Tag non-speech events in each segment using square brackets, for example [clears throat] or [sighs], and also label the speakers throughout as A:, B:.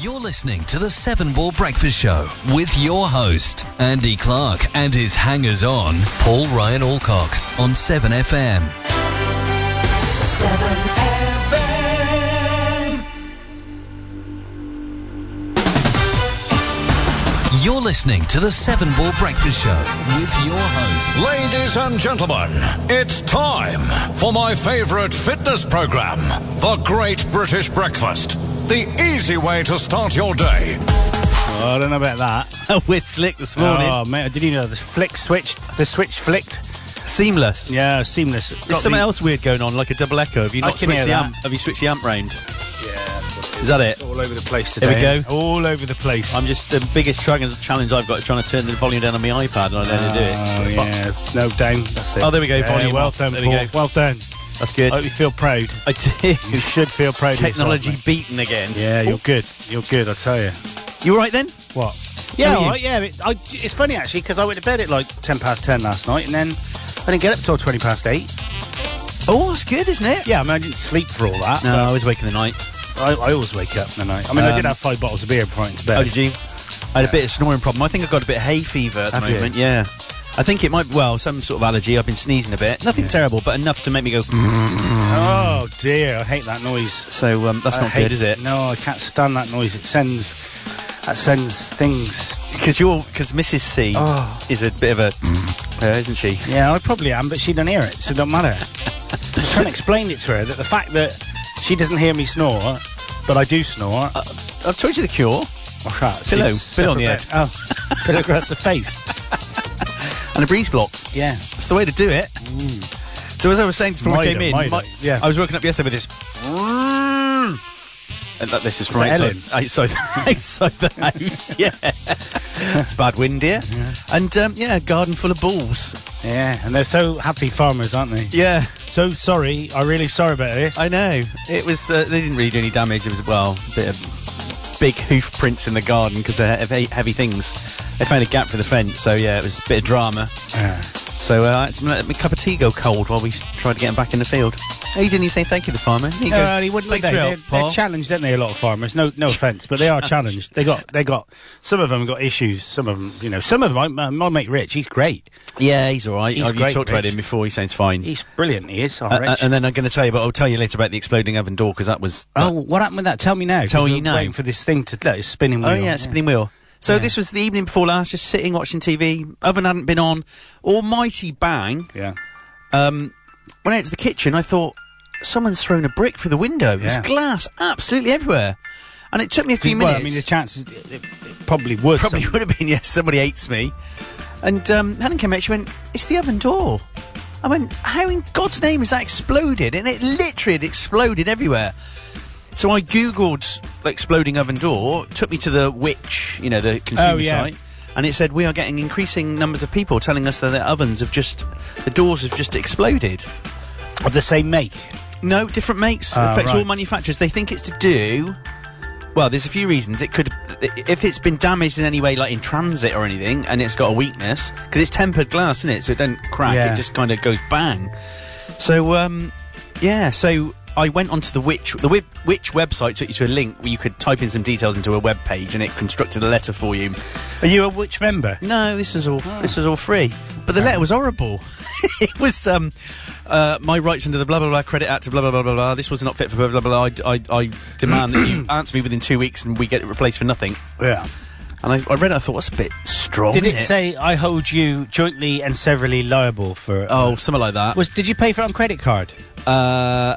A: You're listening to the Seven Ball Breakfast Show with your host, Andy Clark, and his hangers on, Paul Ryan Alcock, on 7FM. 7FM. You're listening to the Seven Ball Breakfast Show with your host,
B: Ladies and gentlemen, it's time for my favorite fitness program, The Great British Breakfast. The easy way to start your day.
C: I don't know about that.
D: [laughs] We're slick this morning.
C: Oh, mate, I didn't even know the flick switched. The switch flicked.
D: Seamless.
C: Yeah, seamless. Got
D: There's something
C: the-
D: else weird going on, like a double echo. Have you
C: I
D: not
C: can
D: switched
C: hear
D: the
C: that.
D: amp? Have you switched the amp round?
C: Yeah,
D: Is that it?
C: all over the place
D: Here we
C: today.
D: go.
C: All over the place.
D: I'm just the biggest tra- challenge I've got is trying to turn the volume down on my iPad, and I don't know how to do it.
C: Oh, yeah. No, down. That's it.
D: Oh, there we go,
C: Yeah,
D: volume
C: well
D: up.
C: done,
D: There we go.
C: Paul. Well done.
D: That's good.
C: I hope you feel proud.
D: I
C: [laughs]
D: did.
C: You should feel proud. of yourself,
D: Technology
C: mate.
D: beaten again.
C: yeah, you're good. You're good, I tell you.
D: You all right then?
C: What?
D: How
C: Yeah,
D: are you?
C: all right, yeah. It, I, it's funny actually because I went to bed at like ten past ten last night, and then I didn't get up till twenty past eight.
D: Oh, that's good, isn't it?
C: Yeah, I mean I didn't sleep for all that.
D: No, I was awake in the night.
C: but I, I always wake up in the night. I mean, I did
D: Um,
C: have five bottles of beer before I went to bed.
D: Oh, did you? I had a bit of snoring problem. I think I've got a bit of hay fever at the
C: Have you?
D: moment. Yeah. I think it might, well, some sort of allergy. I've been sneezing a bit. Nothing terrible, but enough to make me go, "Mm."
C: Oh dear, I hate that noise.
D: so um, that's
C: I
D: not
C: hate-
D: good, is it?
C: No, I can't stand that noise. It sends, that sends things.
D: Because you're, because Mrs. C
C: Oh.
D: is a bit of a, uh, isn't she?
C: Yeah, I probably am, but she don't hear it, so it don't matter. I was trying to explain it to her that the fact that she doesn't hear me snore, but I do snore.
D: I've told you the cure.
C: oh, crap,
D: pillow,
C: it's
D: pillow on the
C: separate- Oh, pillow across the [laughs] face.
D: And a breeze block.
C: Yeah.
D: That's the way to do it. So as I was saying before we
C: Mida,
D: came in,
C: Mida,
D: my-
C: Mm. yeah.
D: I was woken up yesterday with this. And like, this is from
C: that
D: outside,
C: Ellen?
D: outside, [laughs] outside the house. Yeah,
C: [laughs]
D: it's bad wind here, and um, yeah, a garden full of balls.
C: Yeah, and they're so happy farmers, aren't they?
D: Yeah,
C: So sorry, I'm really sorry about this.
D: I know. It was. Uh, they didn't really do any damage. It was well, a bit of big hoof prints in the garden because they're heavy, heavy things. They found a gap for the fence, so yeah, it was a bit of drama.
C: Yeah.
D: So uh, I had to let my cup of tea go cold while we s- tried to get him back in the field. Oh, you didn't even say thank you, the farmer. Here you go.
C: Uh, he wouldn't
D: Thanks
C: they?
D: for your
C: They're,
D: help,
C: they're
D: Paul.
C: challenged, aren't they? A lot of farmers. No, no offence, but they
D: [laughs]
C: are challenged. They got, they got. Some of them got issues. Some of them, you know, some of them. My, my mate Rich, he's great.
D: yeah, he's all right.
C: He's
D: I've
C: great,
D: talked about
C: Rich.
D: him before. He sounds fine.
C: He's brilliant. He is. Oh,
D: Uh,
C: Rich.
D: uh, and then I'm going to tell you, but I'll tell you later about the exploding oven door because that was.
C: oh, what happened with that? Tell me now. 'cause
D: Tell
C: we're
D: you now.
C: Waiting for this thing to let it's spinning.
D: oh
C: wheel.
D: yeah, spinning wheel. So this was the evening before last, just sitting watching TV. Oven hadn't been on. Almighty bang!
C: Yeah.
D: Um, went out to the kitchen. I thought someone's thrown a brick through the window. There's
C: Yeah.
D: glass absolutely everywhere, and it took me a few
C: Well,
D: minutes.
C: I
D: [laughs]
C: mean, the chances it, it, it probably would.
D: Probably
C: some-
D: would have been, yes, somebody hates me. And um, Helen came out, she went, It's the oven door. I went, How in God's name has that exploded? And it literally had exploded everywhere. So I googled the exploding oven door, took me to the Witch, you know, the consumer
C: Oh, yeah.
D: site. And it said, We are getting increasing numbers of people telling us that their ovens have just, the doors have just exploded.
C: of the same make.
D: No, different makes.
C: Ah,
D: affects
C: right.
D: all manufacturers. They think it's to do. Well, there's a few reasons. It could, if it's been damaged in any way, like in transit or anything, and it's got a weakness because it's tempered glass, isn't it? So it don't crack.
C: Yeah.
D: It just kind of goes bang. So, um, yeah. So I went onto the witch. The wi- witch website took you to a link where you could type in some details into a web page, and it constructed a letter for you.
C: Are you a which member?
D: No, this was all
C: Ah.
D: this was all free. But the letter was horrible. [laughs] it was um, uh, my rights under the blah blah blah credit act of blah blah blah blah blah. This was not fit for blah blah blah. I, I, I demand
C: [clears throat]
D: that you answer me within two weeks and we get it replaced for nothing.
C: Yeah.
D: And I, I read it. I thought that's a bit strong.
C: Did
D: isn't
C: it say I hold you jointly and severally liable for?
D: Oh, something like that.
C: was did you pay for it on credit card?
D: uh,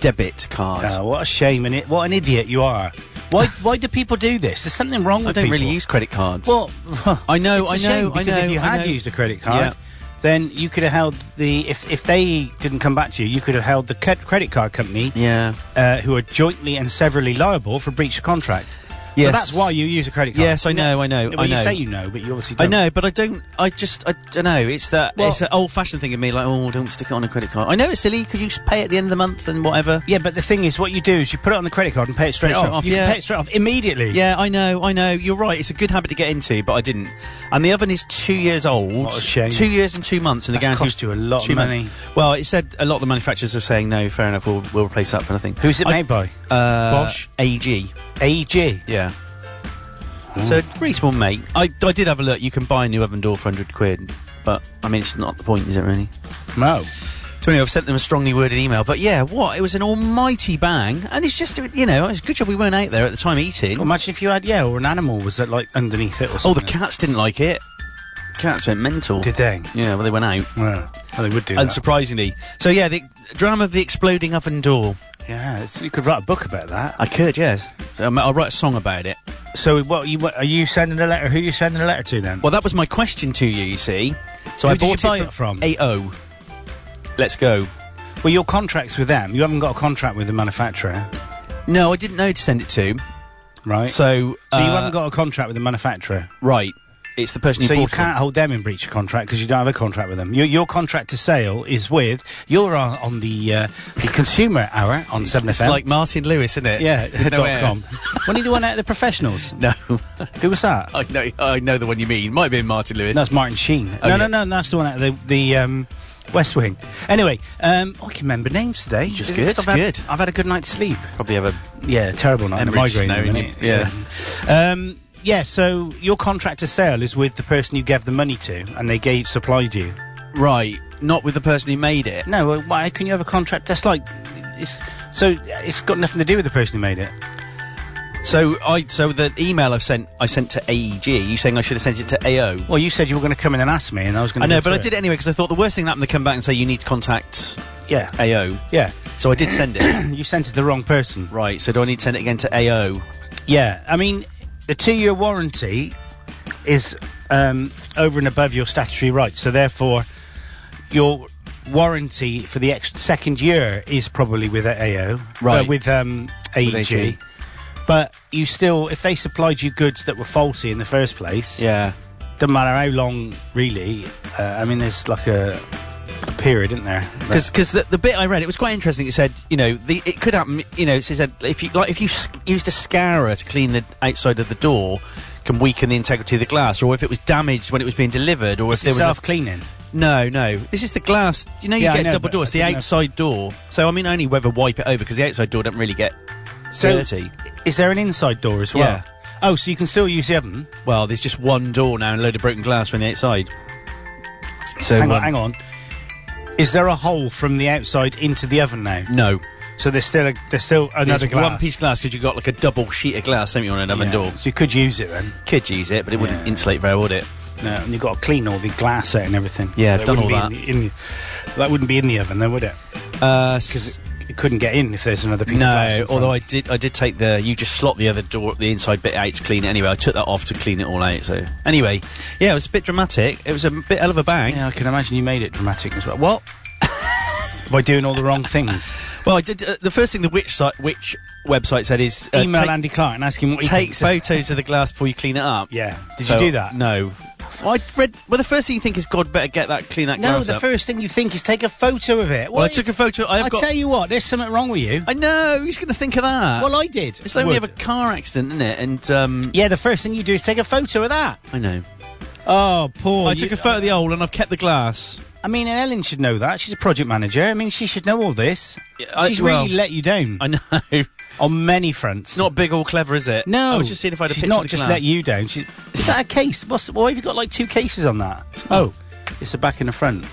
D: debit card.
C: Oh, what a shame and it, what an idiot you are.
D: [laughs]
C: Why why do people do this? There's something wrong
D: I
C: with
D: don't
C: people.
D: really use credit cards.
C: Well,
D: [laughs] I know.
C: it's a
D: I know.
C: shame,
D: I
C: because
D: know.
C: if you
D: I
C: had
D: know.
C: used a credit card,
D: Yeah.
C: then you could have held the if if they didn't come back to you, you could have held the cre- credit card company
D: Yeah.
C: uh, who are jointly and severally liable for breach of contract. So
D: Yes.
C: that's why you use a credit card.
D: Yes, I know, I know,
C: Well,
D: I
C: you
D: know.
C: say you know, but you obviously
D: I
C: don't.
D: know, but I don't. I just. I don't know. It's that.
C: Um, Well-
D: it's an old-fashioned thing of me, like, oh, don't stick it on a credit card. I know it's silly because you just pay at the end of the month and whatever.
C: Yeah, but the thing is, what you do is you put it on the credit card and pay it straight
D: Pay it
C: off.
D: off,
C: You can
D: yeah.
C: pay it straight off immediately.
D: Yeah, I know, I know. You're right. It's a good habit to get into, but I didn't. And the oven is two years old.
C: What a shame.
D: Two years and two months, and the
C: That's
D: guarantee
C: cost you a lot of
D: two months.
C: money.
D: Well, it said a lot of the manufacturers are saying no. Fair enough. We'll, we'll replace that for nothing.
C: Who's it
D: I-
C: made by?
D: Uh,
C: Bosch?
D: AG.
C: AG.
D: Yeah. So reasonable, mate. I, I did have a look. You can buy a new oven door for hundred quid, but I mean, it's not the point, is it really?
C: No.
D: So anyway, I've sent them a strongly worded email. But yeah, what? It was an almighty bang, and it's just you know, it's a good job we weren't out there at the time
C: Well,
D: eating.
C: imagine if you had, yeah, or an animal was that like underneath it or something.
D: Oh, the cats didn't like it. Cats went mental.
C: Did they?
D: Yeah, well, they went out.
C: Well, well, they would do that.
D: Unsurprisingly. So yeah, the drama of the exploding oven door.
C: yeah, it's, you could write a book about that.
D: I could, yes. So, um, I'll write a song about it.
C: So, what you what, are you sending a letter? Who are you sending a letter to then?
D: Well, that was my question to you. You see, so
C: Who
D: I
C: did you
D: bought
C: buy
D: it
C: it from?
D: AO. Let's go.
C: Well, your contract's with them. You haven't got a contract with the manufacturer,
D: No, I didn't know to send it to.
C: right?
D: So,
C: so you
D: uh,
C: haven't got a contract with the manufacturer.
D: right. It's the person who
C: So
D: bought
C: you
D: it.
C: can't hold them in breach of contract because you don't have a contract with them. Your, your contract to sale is with you're on, on the uh, the consumer hour on Seven
D: It's
C: FM.
D: like Martin Lewis, isn't it? [laughs]
C: yeah,
D: With no
C: dot
D: air.
C: com. Wasn't he the one out of the professionals?
D: No, [laughs]
C: Who was that?
D: I know. I know the one you mean. Might have been Martin Lewis.
C: That's Martin Sheen.
D: Oh,
C: no,
D: yeah.
C: no, no, that's the one out of the, the um, West Wing. Anyway, um, I can remember names today. Just
D: good,
C: I've had,
D: good.
C: I've had a good night's sleep.
D: probably have a.
C: Yeah, terrible night. and a
D: Hemorrhage
C: migraine.
D: now,
C: in a
D: isn't
C: minute.
D: it? Yeah.
C: Um, yeah, so your contract to sale is with the person you gave the money to and they gave supplied you.
D: Right, not with the person who made it.
C: No, well, why can you have a contract? That's like, it's so it's got nothing to do with the person who made it.
D: So I. So the email I've sent, I sent to AEG. You saying I should have sent it to AO?
C: Well, you said you were going to come in and ask me, and I was going.
D: I know, but I did it anyway because I thought the worst thing that happened to come back and say you need to contact
C: Yeah,
D: AO.
C: yeah.
D: So I did send
C: [coughs]
D: it.
C: You sent it to the wrong person.
D: right. So do I need to send it again to AO?
C: Yeah, I mean, the two-year warranty is um, over and above your statutory rights, so therefore, your warranty for the ex- second year is probably with AO,
D: Right.
C: uh, with um, AEG.
D: AEG.
C: But you still, if they supplied you goods that were faulty in the first place,
D: Yeah.
C: doesn't matter how long, really. Uh, I mean, there's like a, a period, isn't there?
D: Because the, the bit I read, it was quite interesting. It said, you know, the, it could happen. You know, it said if you like if you s- used a scourer to clean the outside of the door, can weaken the integrity of the glass, or if it was damaged when it was being delivered, or if there was a-
C: self cleaning.
D: no, no, this is the glass. You know, you
C: Yeah, I
D: get
C: know,
D: double
C: but
D: door.
C: I
D: It's the
C: didn't know-
D: outside door. So I mean, only whether wipe it over because the outside door don't really get dirty.
C: Is there an inside door as well?
D: Yeah.
C: Oh, so you can still use the oven.
D: Well, there's just one door now and a load of broken glass from the outside. So
C: Hang on,
D: um,
C: hang on. Is there a hole from the outside into the oven now?
D: No,
C: So there's still a, there's still another
D: there's
C: glass.
D: one piece of glass because you got like a double sheet of glass, haven't you, on an oven
C: Yeah.
D: door?
C: So you could use it then.
D: Could use it, but it wouldn't
C: Yeah.
D: insulate very well, would it?
C: No, and you've got to clean all the glass out and everything.
D: Yeah, I've
C: that
D: done
C: wouldn't
D: all
C: be In the, in the- that wouldn't be in the oven, though, would it?
D: Because
C: It couldn't get in if there's another piece. of glass
D: Uh, no,
C: in front.
D: although I did, I did take the you just slot the other door, the inside bit out to clean it anyway. I took that off to clean it all out. So anyway, yeah, it was a bit dramatic. It was a bit hell of a bang.
C: yeah, I can imagine you made it dramatic as well. What? [laughs] By doing all the wrong things.
D: Well, I did. Uh, the first thing the witch site, which website said is uh,
C: Email
D: take,
C: Andy Clark and ask him what he
D: take
C: thinks. of-
D: photos of the glass before you clean it up.
C: Yeah. Did
D: So,
C: you do that?
D: No. Well, I read. Well, the first thing you think is God better get that clean that
C: No,
D: glass
C: the
D: up.
C: first thing you think is take a photo of it.
D: well, I took a photo. I've
C: I
D: got.
C: tell you what, there's something wrong with you.
D: I know. Who's going to think of that?
C: well, I did.
D: it's like we have
C: Would.
D: a car accident, isn't it? And um,
C: Yeah, the first thing you do is take a photo of that.
D: I know.
C: Oh, Paul.
D: I took a photo of the hole and I've kept the glass.
C: I mean, and Ellen should know that. She's a project manager. I mean, she should know all this.
D: Yeah, I-
C: She's
D: well-
C: really let you down
D: I know. It's
C: on many fronts.
D: not big or clever, is it?
C: No,
D: I was just seeing if I had a
C: she's
D: picture
C: not
D: of the
C: just
D: glass.
C: let you down. She's, is that a case? What's, why have you got like two cases on that? Oh, it's the back and the front.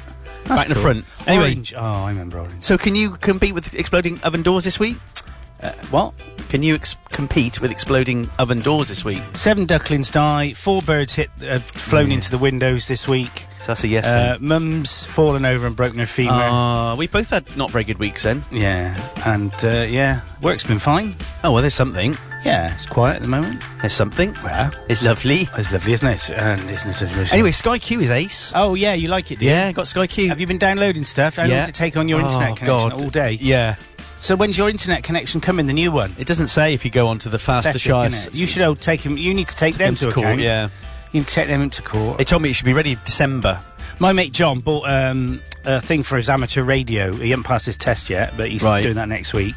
C: That's
D: Back and the
C: cool.
D: front. Anyway.
C: Orange. Oh, I remember orange.
D: So can you compete with exploding oven doors this week?
C: What?
D: Can you ex- compete with exploding oven doors this week?
C: Seven ducklings die. Four birds hit, uh, flown into the windows this week.
D: So that's a yes.
C: Uh,
D: then.
C: mum's fallen over and broken her femur.
D: Ah, we both had not very good weeks then.
C: Yeah, and uh, yeah, work's been fine.
D: Oh well, there's something.
C: Yeah, it's quiet at the moment.
D: There's something.
C: Yeah,
D: It's lovely.
C: it's lovely, isn't it? And isn't it delicious?
D: Anyway, Sky Q is ace.
C: oh yeah, you like it, do you?
D: yeah, got Sky Q.
C: Have you been downloading stuff? How long
D: yeah.
C: does it take on your internet
D: Oh,
C: connection
D: God.
C: all day?
D: Yeah.
C: So when's your internet connection coming? The new one.
D: It doesn't say if you go on to the faster
C: Pathetic,
D: shy.
C: innit? You should all take them. You need to take, them,
D: them to
C: to
D: court,
C: account.
D: yeah.
C: you need to take them into court.
D: They told me it should be ready December.
C: My mate John bought um, a thing for his amateur radio. He hasn't passed his test yet, but he's
D: Right.
C: doing that next week.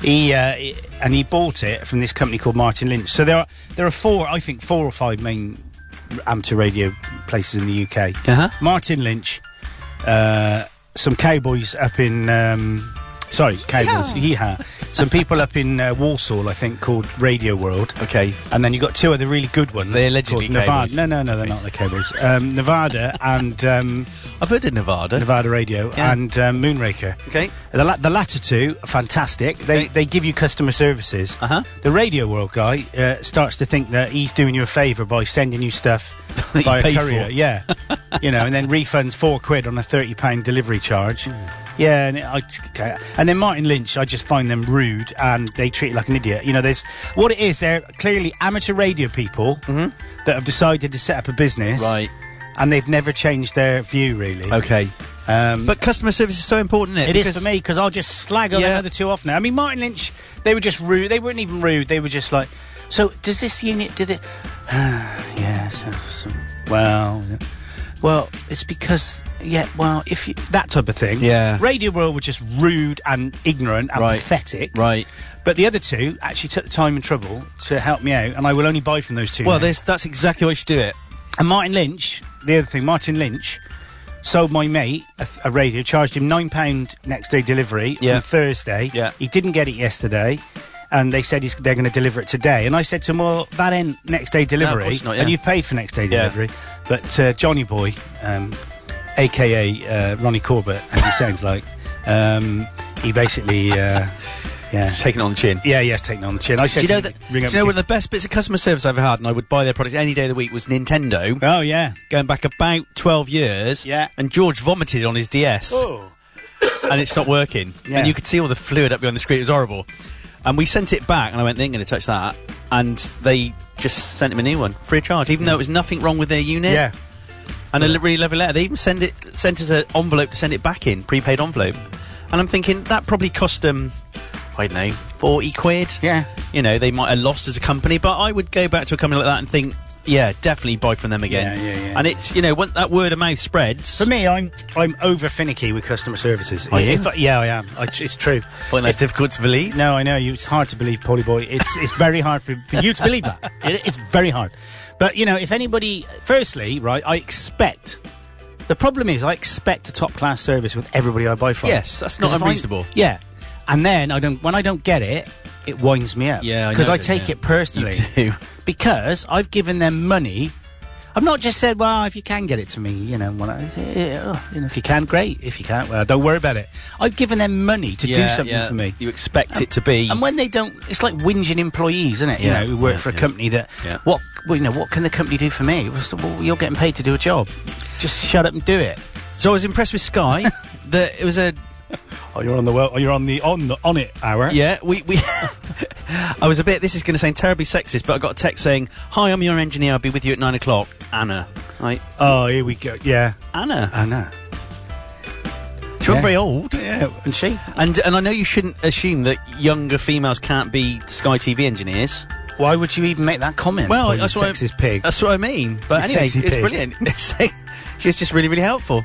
C: He uh, i- and he bought it from this company called Martin Lynch. So there are there are four, I think, four or five main r- amateur radio places in the UK.
D: Uh-huh.
C: Martin Lynch, uh, some cowboys up in um, Sorry, cables. Yeah. Some people up in uh, Warsaw, I think, called Radio World.
D: Okay.
C: And then you've got two other really good ones.
D: They're allegedly
C: called Nevada.
D: cables.
C: No, no, no, they're not the cables. Um, Nevada and
D: [laughs]
C: um,
D: I've heard of Nevada.
C: Nevada Radio
D: Yeah.
C: and um, Moonraker.
D: Okay.
C: The, la- the latter two are fantastic. They,
D: Okay.
C: they give you customer services.
D: Uh-huh.
C: The Radio World guy uh, starts to think that he's doing you a favour by sending you stuff
D: [laughs] That you
C: by
D: paid
C: a courier.
D: for. [laughs]
C: Yeah. you know, and then refunds four quid on a £30 delivery charge.
D: Hmm.
C: Yeah, and, it, I, okay. and then Martin Lynch, I just find them rude and they treat you like an idiot. You know, there's what it is, they're clearly amateur radio people that have decided to set up a business.
D: Mm-hmm. Right.
C: And they've never changed their view, really.
D: Okay.
C: Um,
D: But customer service is so important, isn't it?
C: it is
D: Because-
C: for me because I'll just slag on
D: Yeah.
C: the other two off now. I mean, Martin Lynch, they were just rude. They weren't even rude. They were just like, so does this unit do it? [sighs] yeah. So, so- well, yeah. well, it's because yeah. Well, if you, that type of thing.
D: Yeah.
C: Radio World were just rude and ignorant and
D: Right.
C: pathetic.
D: Right.
C: But the other two actually took the time and trouble to help me out, and I will only buy from those two.
D: Well,
C: now.
D: this, that's exactly why you should do it.
C: And Martin Lynch, the other thing, Martin Lynch sold my mate a, th- a radio, charged him £9 next day delivery
D: Yeah.
C: on Thursday.
D: Yeah.
C: He didn't get it yesterday. And they said he's, they're going to deliver it today. And I said to him, well, that ain't next day delivery.
D: course not, yeah.
C: And you've paid for next day delivery. But uh, Johnny Boy, um, a.k.a. Uh, Ronnie Corbett, as he sounds like, um, he basically... Uh,
D: [laughs]
C: yeah.
D: Taking it on the chin.
C: Yeah, yes, taking on the chin. I said
D: Do you know
C: to him,
D: that? Do
C: ring
D: you
C: up
D: know one of
C: and
D: the best bits of customer service I've ever had, and I would buy their products any day of the week was Nintendo.
C: give- Oh, yeah.
D: Going back about twelve years,
C: Yeah.
D: And George vomited on his DS,
C: Oh.
D: and it stopped working.
C: Yeah.
D: And you could see all the fluid up behind the screen. It was horrible. And we sent it back, and I went, "They ain't going to touch that." And they just sent him a new one, free of charge, even though it was nothing wrong with their unit.
C: Yeah.
D: and a li- really lovely letter. They even send it sent us an envelope to send it back in, prepaid envelope. And I'm thinking that probably cost them, I don't know, forty quid.
C: Yeah.
D: you know they might have lost as a company, but I would go back to a company like that and think, yeah, definitely buy from them again.
C: Yeah, yeah, yeah.
D: And it's you know once that word of mouth spreads,
C: For me, I'm I'm over finicky with customer services.
D: Are you?
C: If I- yeah, I am. I, it's true.
D: find that difficult to believe.
C: No, I know. You, it's hard to believe, Polly Boy. It's it's very hard for, for you to believe
D: [laughs]
C: that. It, it's very hard. But you know, if anybody, firstly, right, I expect. The problem is, I expect a top class service with everybody I buy from.
D: Yes, that's not
C: 'Cause if I-
D: unreasonable.
C: yeah, and then I don't when I don't get it, it winds me up.
D: Yeah, I
C: because
D: know
C: I,
D: that,
C: take
D: yeah.
C: it personally.
D: You do.
C: [laughs] Because I've given them money. I've not just said, well, if you can get it to me, you know, when I, eh, oh, you know if you can, great. If you can't, well, don't worry about it. I've given them money to do
D: Yeah,
C: something
D: yeah.
C: for me. Um,
D: You expect it to be.
C: And when they don't, it's like whinging employees, isn't it?
D: Yeah,
C: you know, who work
D: yeah,
C: for a
D: yeah.
C: company that,
D: Yeah.
C: what, well, you know, what can the company do for me? Well, so, well, you're getting paid to do a job. Just shut up and do it.
D: so I was impressed
C: [laughs]
D: with Sky that it was a
C: Oh, you're on the well, oh, you're on the on the on it hour.
D: Yeah, we. [laughs] we I was a bit. This is going to sound terribly sexist, but I got a text saying, "Hi, I'm your engineer. I'll be with you at nine o'clock." Anna, right?
C: Oh, here we go. Yeah.
D: Anna,
C: I know.
D: she's not
C: Uh, yeah.
D: very old,
C: Yeah, and she.
D: and and I know you shouldn't assume that younger females can't be Sky TV engineers.
C: Why would you even make that comment?
D: Well,
C: Well,
D: that's
C: you
D: what
C: sexist
D: I,
C: pig.
D: That's what I mean. But
C: You
D: anyway,
C: sexy
D: it's
C: pig.
D: brilliant. [laughs] she's just really, really helpful.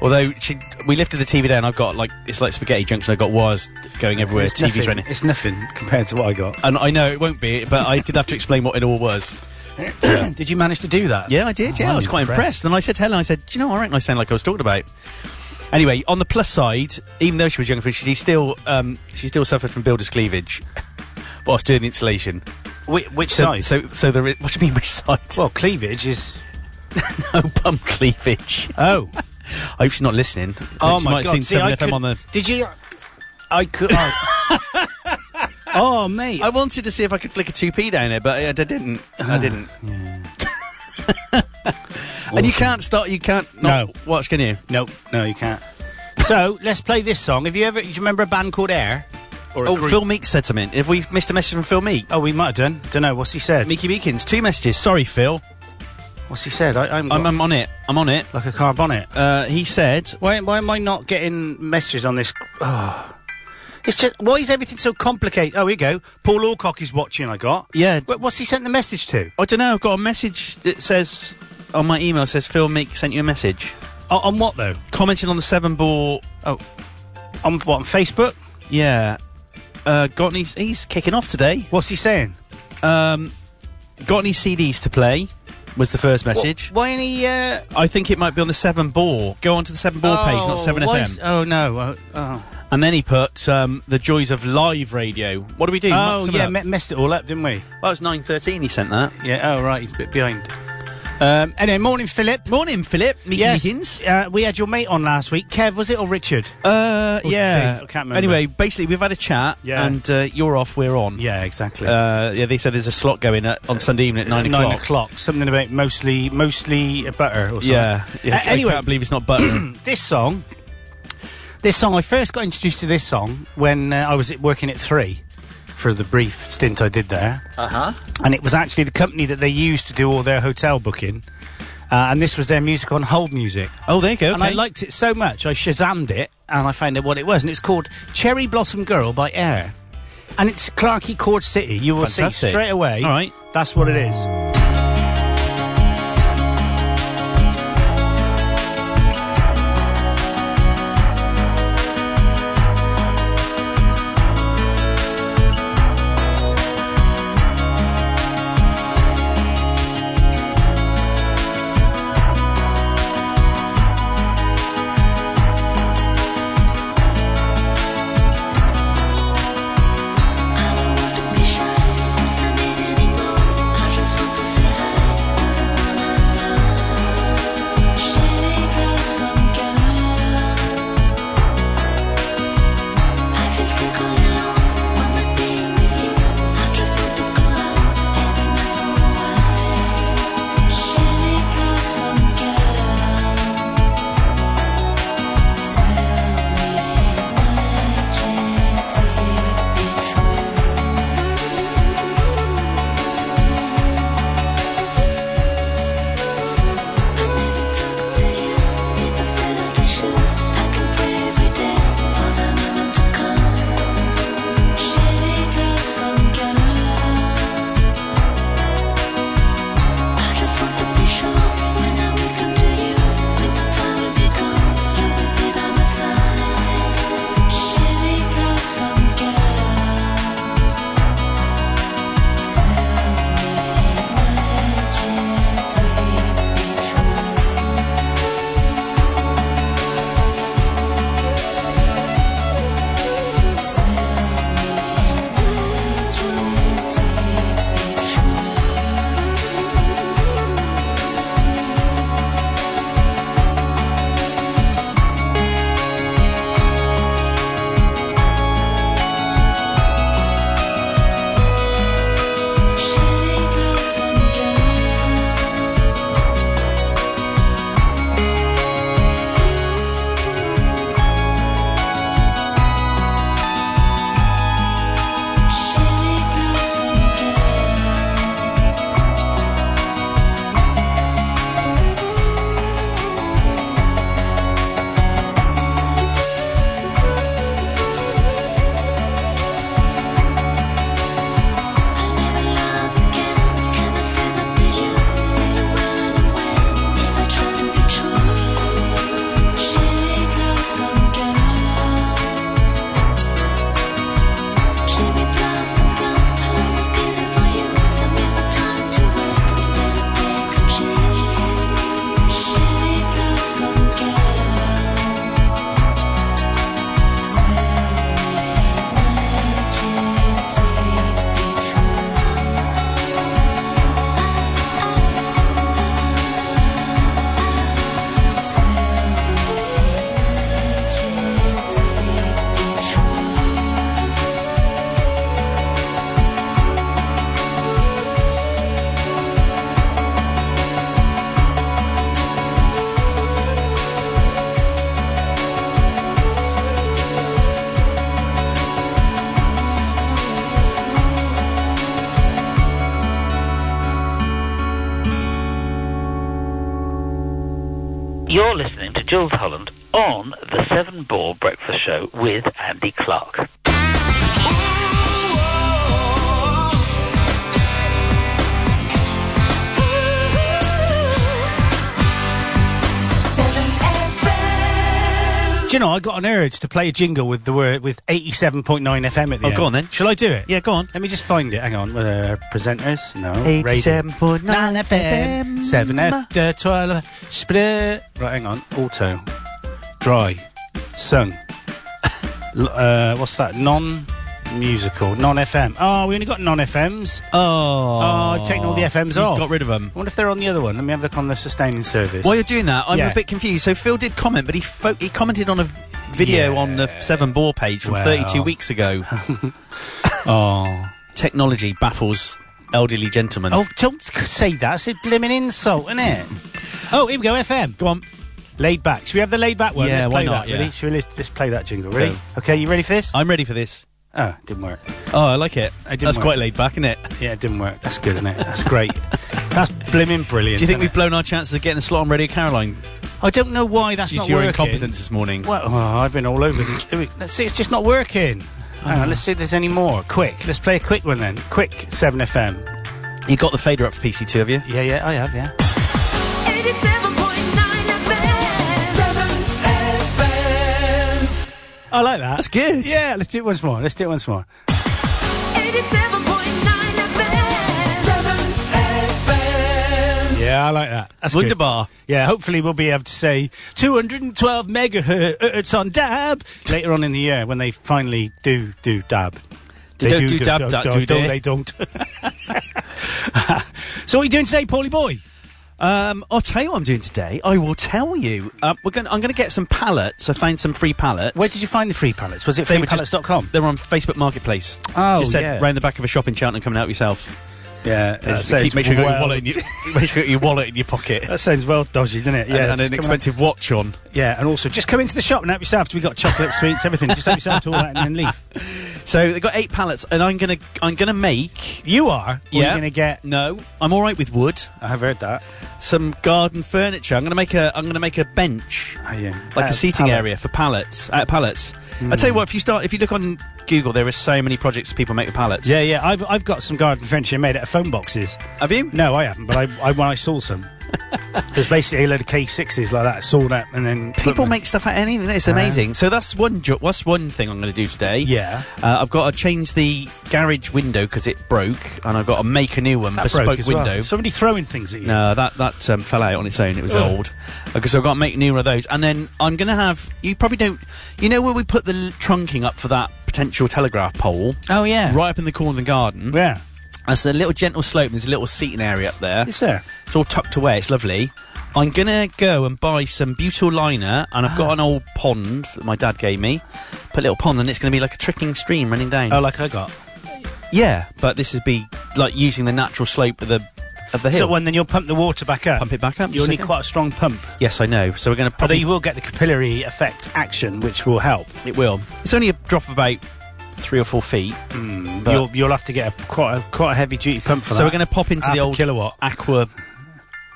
D: Although she, we lifted the TV down, I've got like it's like spaghetti junction. I've got wires going everywhere,
C: it's
D: TVs
C: nothing,
D: running,
C: It's nothing compared to what I got.
D: and I know it won't be. But I did have to explain what it all was.
C: [clears throat] Did you manage to do that?
D: Yeah, I did. Yeah,
C: Oh,
D: I was
C: I'm
D: quite impressed.
C: impressed.
D: And I said to Helen, I said, "Do you know, I reckon I sound like I was talking about." Anyway, on the plus side, even though she was younger, she still um, she still suffered from builder's cleavage [laughs] whilst doing the installation.
C: Which, which
D: So,
C: side?
D: so, so there is. What do you mean which side?
C: well, cleavage is.
D: no [laughs] bum cleavage.
C: Oh.
D: I hope she's not listening.
C: Oh
D: she
C: my
D: might
C: god!
D: Have seen
C: See, I
D: 7FM
C: could-
D: on the.
C: Did you? I could. Oh, [laughs] oh mate.
D: I wanted to see if I could flick a two p down there, but I, I didn't. I didn't. [laughs] And you can't start. You can't not
C: No.
D: watch, can you?
C: Nope. No, you can't. so let's play this song. Have you ever? Do you remember a band called Air? Or a
D: Oh,
C: group?
D: Phil Meek said something. Have we missed a message from Phil Meek?
C: Oh, we might have done. Don't know. What's he said?
D: Meeky Meekins, two messages. Sorry, Phil.
C: What's he said? I, I'm,
D: I'm, I'm on it. I'm on it.
C: like a car bonnet.
D: Uh, he said,
C: Why, why am I not getting messages on this? Oh. It's just why is everything so complicated? Oh, here we go. Paul Alcock is watching. I got.
D: Yeah.
C: Wh- what's he sent the message to?
D: I don't know, I've got a message that says, on my email, says Phil Meek sent you a message.
C: O- on what though?
D: Commenting on the seven ball, oh,
C: On what? On Facebook?
D: yeah. Uh, got any, he's kicking off today.
C: What's he saying?
D: Um, got any CDs to play? Was the first message.
C: Why any? Uh,
D: I think it might be on the seven ball. Go onto the seven ball page, not
C: Oh,
D: seven
C: why
D: FM.
C: is- Oh no. Oh, oh.
E: And then he put um, the joys of live radio. What do we do? Muck
C: Oh,
E: some
C: yeah,
E: up?
C: me- messed it all up, didn't we?
D: Well, it's nine thirteen. He sent that.
C: Yeah, oh, right, he's a bit behind. Um, anyway, morning, Philip.
D: Morning, Philip. Meeting meetings.
C: uh, we had your mate on last week. Kev, was it, or Richard?
E: Uh,
C: Or
E: yeah.
C: Dave, I can't remember.
E: Anyway, basically, we've had a chat,
C: Yeah.
E: and uh, you're off, we're on.
C: Yeah, exactly.
E: Uh, yeah, they said there's a slot going at, on Sunday evening at nine o'clock.
C: Nine o'clock. Something about mostly, mostly uh, butter or something.
E: Yeah. yeah
C: Uh,
E: I- I
C: anyway,
E: can't believe it's not butter.
C: [clears throat] this song, this song, I first got introduced to this song when uh, I was at- working at three for the brief stint I did there. Uh
E: Uh-huh.
C: huh. And it was actually the company that they used to do all their hotel booking. Uh, and this was their music on hold music.
E: oh, there you go.
C: And I
E: okay.
C: liked it so much, I shazammed it and I found out what it was. And it's called Cherry Blossom Girl by Air. And it's Clarkey Chord City. You will see
E: Fantastic.
C: straight away.
E: All right.
C: That's what it is.
F: I don't want to be shy, it's not me anymore. I just want to say hi to the one I love. Cherry blossom girl. I feel sick all alone from the being with you. I just want to go out and be never away. Cherry blossom girl. Tell me can't it be true? I'm never talking to you. People said I could shoot. I can pray every day for the moment to come. Cherry blossom girl. I just want to be sure when I will come to you. When the time will be gone, you will be by my side. Cherry blossom girl. Tell me why can't it be true? Tell me why can't it be true? Cherry blossom girl. Cherry blossom girl. I never love again. Can I say that to you? When you went away, if I try to be true, cherry blossom girl. Cherry blossom girl, I'll always be there for you. Some is the time to waste. We better take some chance. Cherry blossom girl. Tell me why can't it be true? Tell me why can't it be true?
G: You're listening to Jules Holland on the Seven Ball Breakfast Show with Andy Clark.
C: Do you know, I got an urge to play a jingle with the word with 87.9 FM at the
E: Oh,
C: end.
E: go on then.
C: Shall I do it?
E: yeah, go on.
C: Let me just find it. Hang on. Uh, presenters? No. Radio.
D: 87.9
C: FM. 7 F. de 12. Split. Right, hang on. Auto. Dry. Sung. L- uh, what's that? Non musical, non FM. Oh, we only got non FMs.
D: Oh,
C: Oh, I've taken all the FMs
D: you
C: off.
D: Got rid of them.
C: I wonder if they're on the other one. Let me have a look on the sustaining service.
D: While you're doing that, I'm
C: Yeah.
D: a bit confused. So Phil did comment, but he fo- he commented on a video
C: Yeah.
D: on the Seven Ball page from
C: Well.
D: 32
C: [laughs]
D: weeks ago. [laughs]
C: Oh.
D: Technology baffles elderly gentlemen.
C: Oh, don't c- say that. It's a blimmin' insult, isn't it? Oh, here we go, FM.
D: go on.
C: Laid back. Should we have the laid back one?
D: Yeah,
C: Let's
D: why
C: play
D: not,
C: that, ready?
D: yeah.
C: Should we let's, let's play that jingle, ready?
D: Okay.
C: Okay. you ready for this?
D: I'm ready for this.
C: Oh, didn't work.
D: Oh, I like it.
C: didn't
D: That's
C: work.
D: quite laid back, isn't it? Do
C: Yeah, it didn't work. That's good, isn't it? That's great. [laughs] That's blimmin' brilliant.
D: you think we've
C: isn't
D: blown our chances of getting a slot on Radio Caroline
C: it? I don't know why that's
D: due
C: not
D: to your
C: working.
D: incompetence this morning?
C: Well, oh, I've been all over. the- Oh. Here we- let's see, it's just not working. Hang on, let's see if there's any more. Quick, let's play a quick one then. Quick, 7FM.
D: You got the fader up for PC2, have you?
C: Yeah, yeah, I have, yeah.
H: 87.9 FM.
C: I like that.
D: That's good.
C: Yeah, let's do it once more. Let's do it once more.
H: 87.9 FM.
C: Yeah, I like that. That's good.
D: Wunderbar.
C: Yeah, hopefully we'll be able to say 212 megahertz on DAB later on in the year when they finally do do DAB.
D: They don't do DAB, DAB, do they?
C: They don't. [laughs] so what are you doing today, Paulie boy?
D: Um, I'll tell you what I'm doing today. I will tell you. Uh, we're going. I'm going to get some pallets. I found some free pallets.
C: Where did you find the free pallets? Was it
D: They were just-
C: freepallets.com?
D: They were on Facebook Marketplace.
C: Oh,
D: just said
C: yeah.
D: round the back of a shop in Cheltenham, coming out yourself.
C: Yeah,
D: They just keep- make sure you got your wallet. In your, [laughs] make sure you got your wallet in your pocket.
C: That sounds well dodgy, doesn't it?
D: And- and,
C: just
D: an
C: come
D: expensive watch on.
C: out- yeah, and also just come into the shop and help yourself. We got chocolate, sweets, everything. Just help yourself to all that and then leave.
D: So they got eight pallets, and I'm gonna I'm gonna make.
C: You are. Or
D: Yeah.
C: You're gonna get.
D: No, I'm all right with wood.
C: I have heard that.
D: Some garden furniture. I'm gonna make a I'm gonna make a bench.
C: Oh, yeah.
D: like
C: Uh,
D: a seating
C: pallet.
D: area for pallets. Uh, pallets. I tell you what, if you start, if you look on Google, there are so many projects people make with pallets.
C: Yeah, yeah. I've, I've got some garden furniture made out of phone boxes.
D: Have you?
C: No, I haven't, but I, I when I saw
D: [laughs]
C: some, there's basically a load of K6s like that, sawn up, and then put
D: People
C: them-
D: make stuff out of anything. It's amazing. so that's one. Jo- that's one thing I'm going to do today.
C: Yeah.
D: Uh, I've got to change the garage window because it broke, and I've got to make a new one,
C: that
D: bespoke
C: broke as
D: window.
C: Well. Somebody throwing things at you.
D: No, that that um, fell out on its own. It was old. Okay, so I've got to make new one of those, and then I'm going to have. You probably don't. You know where we put the l- trunking up for that potential telegraph pole,
C: Oh yeah.
D: right up in the corner of the garden.
C: Yeah.
D: That's a little gentle slope. and There's a little seating area up there.
C: Yes, sir.
D: It's all tucked away. It's lovely. I'm gonna go and buy some butyl liner, and I've got
C: Ah.
D: an old pond that my dad gave me. Put a little pond, and it's gonna be like a trickling stream running down.
C: Oh, like I got.
D: yeah, but this would be like using the natural slope of the of the hill.
C: So when then you'll pump the water back up.
D: Pump it back up,
C: You'll
D: just
C: need
D: like-
C: quite a strong pump.
D: yes, I know. So we're gonna
C: Although
D: probably
C: you will get the capillary effect action, which will help.
D: it will. It's only a drop of about three or four feet. but-
C: You'll you'll have to get a quite a quite a heavy duty pump for that.
D: so we're gonna pop into
C: Half
D: the
C: a
D: old
C: kilowatt
D: aqua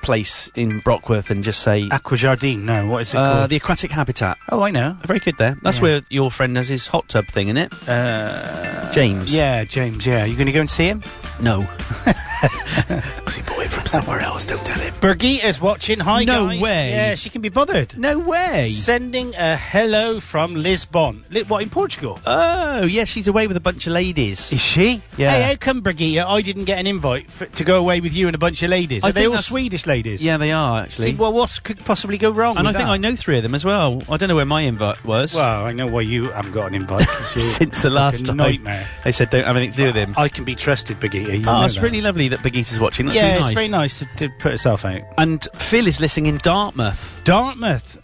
D: place in Brockworth and just say
C: aqua jardine. No, what is it
D: uh,
C: called?
D: the aquatic habitat.
C: oh, I know.
D: Very good there. That's
C: Yeah.
D: where your friend has his hot tub thing, isn't it? Uh, James.
C: Yeah, James. Yeah, you going to go and see him? [laughs]
D: No. Because he bought it from somewhere else, don't tell him.
C: Brigitta's watching. Hi,
D: No
C: guys.
D: way.
C: Yeah, she can be bothered.
D: No way.
C: Sending a hello from Lisbon. Li- what, in Portugal?
D: Oh, yeah, she's away with a bunch of ladies.
C: Is she?
D: Yeah.
C: Hey, how come, Brigitte, I didn't get an invite for, to go away with you and a bunch of ladies?
D: I
C: Are they
D: think
C: all
D: that's-
C: Swedish ladies?
D: Yeah, they are,
C: See,
D: actually.
C: well, what could possibly go wrong
D: and I
C: with
D: think
C: that?
D: I know three of them as well. I don't know where my invite was.
C: Well, I know why you haven't got an invite.
D: [laughs]
C: 'cause you're-
D: since the
C: it's
D: last
C: like a
D: time.
C: Nightmare.
D: They said don't have anything to do with him.
C: I can be trusted, Brigitte. you
D: Oh,
C: know
D: it's
C: that.
D: really lovely that Biggie's watching. That's
C: yeah,
D: really nice.
C: it's very nice to, to put herself out.
D: And Phil is listening in Dartmouth.
C: Dartmouth.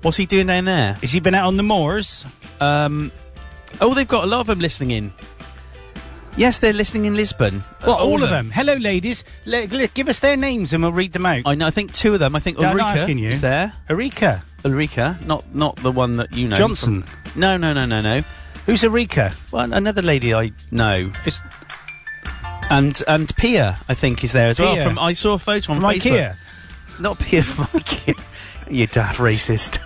D: What's he doing down there?
C: Has he been out on the moors?
D: Um, oh, they've got a lot of them listening in. Yes, they're listening in Lisbon.
C: Well, all, of them. Hello, ladies. Le- le- give us their names and we'll read them out.
D: I know. I think two of them. I think
C: No, I'm
D: Ulrika
C: not asking you.
D: is there.
C: Erika.
D: Ulrika, not not the one that you know.
C: Johnson.
D: from- no, no, no, no, no.
C: Who's Erika?
D: Well, another lady I know,
C: It's
D: and and Pia, I think, is there as well.
C: Pia.
D: From I saw a photo on
C: from
D: Facebook.
C: IKEA.
D: Not Pia from IKEA. you daft racist.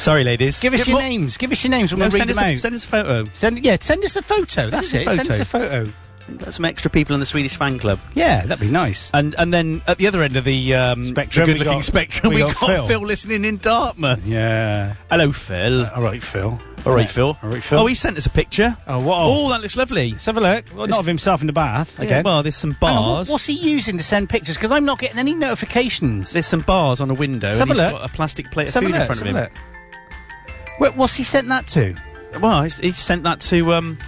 D: Sorry, ladies.
C: Give us your
D: what-
C: names. Give us your names. We'll
D: No,
C: read
D: send,
C: them
D: us a,
C: out.
D: send us a photo.
C: Send- yeah, send us a photo. That's
D: us a
C: it. Send us a photo.
D: Got some extra people in the Swedish fan club.
C: Yeah, that'd be nice.
D: And and then at the other end of the, um,
C: Spectrum,
D: the
C: we
D: good looking
C: got-
D: spectrum,
C: we
D: we,
C: got
D: got,
C: Phil.
D: Phil. listening in Dartmouth.
C: Yeah.
D: Hello, Phil.
C: All right, Phil.
D: All right,
C: uh, Yeah.
D: Phil.
C: All right, Phil.
D: Oh, he sent us a picture.
C: Oh, what?
D: Oh, that looks lovely.
C: Let's have a look. Well, not of himself in the bath
D: Yeah,
C: again.
D: well, there's some
C: Hang on, what-
D: bars.
C: what's he using to send pictures? Because I'm not getting any notifications.
D: There's some bars on a window.
C: Let's
D: and
C: have a
D: he's
C: look.
D: got a plastic plate
C: Let's
D: of
C: have a look.
D: food in front
C: let's
D: of him.
C: have a look. Wh- what's he sent that to?
E: Well, he's, he's sent that to. Um,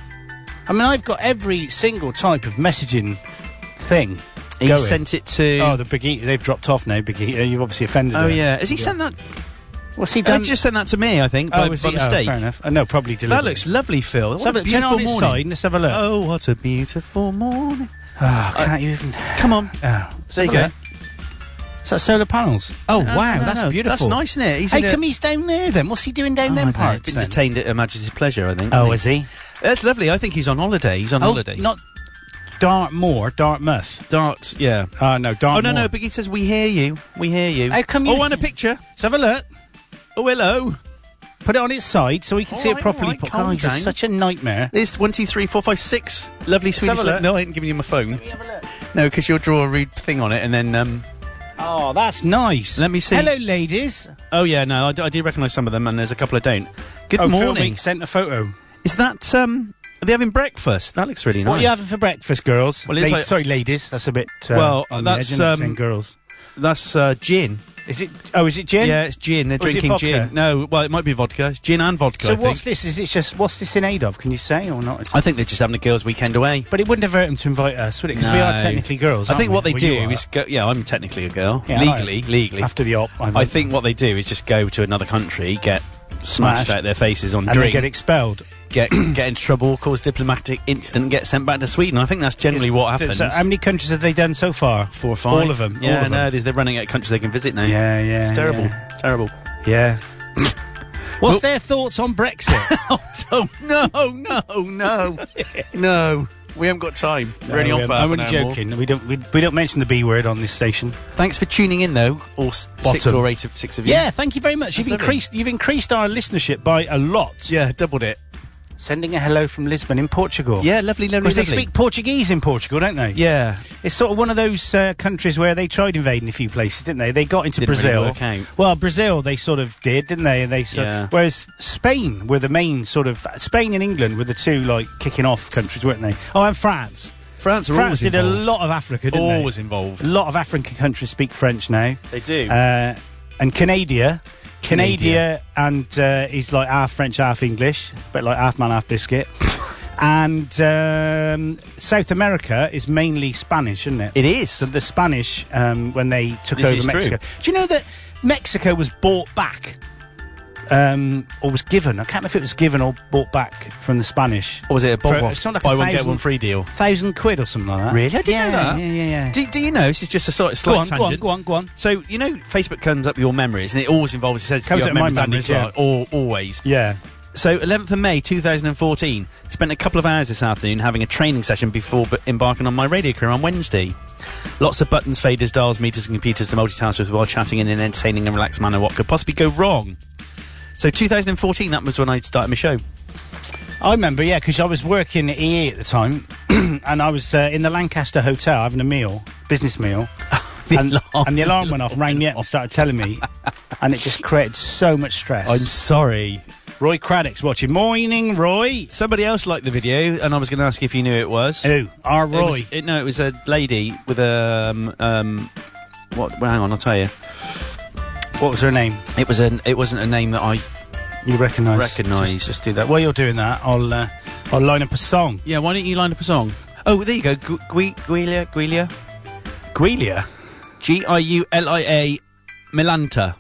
C: I mean, I've got every single type of messaging thing.
E: he
C: going.
E: sent it to.
C: Oh, the Big Eater, they've dropped off now, Big Eater. You've obviously offended
E: Oh,
C: her.
E: yeah. Has he sent that?
C: What's he
E: He
C: done?
E: just sent that to me, I think, by,
C: oh,
E: by
C: is he? Oh,
E: mistake.
C: fair enough. Oh, no, probably deliberately.
D: That looks lovely, Phil. What
C: Let's have
D: a
C: a- turn it
D: beautiful
C: on its
D: morning.
C: side and let's have a look.
D: Oh, what a beautiful morning.
C: Oh, can't you even...
D: Come on.
C: Oh,
D: There you go.
C: Is that solar panels? Oh,
D: No,
C: wow,
D: no,
C: that's
D: no,
C: beautiful.
D: That's nice, isn't it? He's
C: Hey,
D: in a-
C: come he's down there then. What's he doing down
D: Oh, I
C: there?
D: don't know.
C: parts
D: Been
C: then?
D: detained at Her Majesty's pleasure, I think.
C: um, Oh,
D: is
C: is he?
D: That's lovely. I think he's on holiday. He's on holiday.
C: Oh, not Dartmoor, Dartmouth.
D: Dart, yeah.
C: Oh, no, Dartmoor.
D: Oh, no, no, but he says, We hear you. We hear you.
C: How come you-
D: Oh, and a picture.
C: Let's have a look.
D: Oh, hello.
C: Put it on its side so we can
D: All
C: see
D: right,
C: it properly.
D: all right,
C: But
D: calm
C: guys, it's
D: down.
C: such a nightmare.
D: There's one, two, three, four, five, six. Lovely
C: have
D: Swedish.
C: a
D: lo-
C: look.
D: no, I ain't giving you my phone. No, because you'll draw a rude thing on it, and then um,
C: Oh, that's nice.
D: Let me see.
C: Hello, ladies.
E: Oh, yeah, no, I do, I do recognise some of them, and there's a couple I don't.
D: good
C: oh, Phil
D: morning.
C: Meek sent a photo.
D: Is that um? Are they having breakfast? That looks really nice.
C: What are you having for breakfast, girls?
E: Well, it's
C: La-
E: like-
C: sorry, ladies. That's a bit. Uh,
E: Well,
C: on
E: that's,
C: the edge, isn't it, saying
E: um,
C: girls.
E: That's uh, gin.
C: Is it? Oh, is it gin?
E: Yeah, it's gin. They're
C: Or is it
E: drinking
C: vodka?
E: gin. No, well, it might be vodka. It's gin and vodka,
C: So
E: I
C: what's
E: think.
C: this? Is it just what's this in aid of? Can you say or not?
E: I think they're just having a girls' weekend away.
C: But it wouldn't have hurt them to invite us, would it? Because we are
E: No.
C: technically girls.
E: I
C: aren't
E: think what
C: we?
E: they
C: Well, you
E: do
C: are.
E: is go. Yeah, I'm technically a girl.
C: Yeah,
E: legally,
C: I-
E: legally.
C: after the op.
E: I think what they do is just go to another country, get smashed
C: Smashed.
E: out their faces on
C: and
E: drink,
C: they get expelled.
E: get,
C: [clears throat]
E: get in trouble, cause diplomatic incident, get sent back to Sweden. I think that's generally what happens.
C: So how many countries have they done so far?
E: Four or five.
C: All of them.
E: Yeah,
C: all of
E: no,
C: them.
E: there's- they're running out of countries they can visit now.
C: Yeah, yeah.
E: It's terrible.
C: yeah.
E: Terrible.
C: Yeah.
E: [laughs]
C: What's their thoughts on Brexit?
D: Oh no,
C: [laughs]
D: no, no, no. We haven't got time. We're only on for half
C: I'm
D: an
C: only
D: hour more.
C: joking. We don't we, we don't mention the B word on this station.
D: Thanks for tuning in, though. All s- six
C: Bottom.
D: or eight of six of you.
C: Yeah, thank you very much. You've
D: lovely.
C: increased you've increased our listenership by a lot.
D: yeah, doubled it.
C: Sending a hello from Lisbon in Portugal.
D: Yeah, lovely, lovely,
C: Because they
D: lovely.
C: speak Portuguese in Portugal, don't they?
D: yeah,
C: It's sort of one of those uh, countries where they tried invading a few places, didn't they? They got into
E: Didn't really
C: Brazil.
E: work out.
C: Well, Brazil they sort of did, didn't they? And they sort
E: Yeah.
C: whereas Spain were the main sort of Spain and England were the two like kicking off countries, weren't they? Oh, and France.
E: France are
C: France
E: always
C: did a
E: involved.
C: lot of Africa, didn't they?
E: always
C: A
E: involved.
C: lot of African countries speak French now.
E: They do.
C: Uh, and Canada. Canada
E: Canada.
C: and uh, he's like half French, half English, but like half man, half biscuit. and um, South America is mainly Spanish, isn't it?
D: it is.
C: So the Spanish, um, when they took
E: This is
C: over
E: true.
C: Mexico. Do you know that Mexico was bought back? Um, or was given. I can't remember if it was given or bought back from the Spanish.
D: Or was it a
C: For-
D: bob
C: it's
D: off?
C: not like
E: Buy
C: a
E: one, get
C: thousand-
E: one free deal.
C: Thousand quid or something like that.
D: Really? I didn't
C: yeah,
D: know that.
C: Yeah, yeah, yeah.
D: Do, do you know? This is just a sort of slight
C: Go on,
D: tangent.
C: go on, go on, go on.
D: So you know, Facebook comes up with your memories, and it always involves. It says
C: Comes
D: your
C: up with my
D: memories, Andy
C: memories, yeah.
D: Clark, or always.
C: Yeah.
D: So, 11th of May 2014, spent a couple of hours this afternoon having a training session before b- embarking on my radio career on Wednesday. Lots of buttons, faders, dials, meters, and computers to multitask with while chatting in an entertaining and relaxed manner. What could possibly go wrong? So, 2014, that was when I started my show.
C: I remember, yeah, because I was working at EE at the time, [clears throat] and I was uh, in the Lancaster Hotel having a meal, business
D: [laughs]
C: meal, and,
D: alarm-
C: and the alarm went off, rang me up, and started telling
D: [laughs]
C: me, and it just created so much stress.
D: I'm sorry.
C: Roy Craddock's watching. Morning, Roy.
D: Somebody else liked the video, and I was going to ask if you knew who it was.
C: Who? Our
D: It
C: Roy.
D: was- it- no, it was a lady with a. Um, um, what? Well, hang on, I'll tell you.
C: what was her name?
D: It was an. It wasn't a name that I.
C: You recognise?
D: Recognise.
C: Just, just do that. While you're doing that, I'll uh, I'll line up a song.
D: Yeah, why don't you line up a song? Oh, there you go. Gu- Gui- Guilia, Guilia.
C: Giulia.
D: G I U L I A Milanta.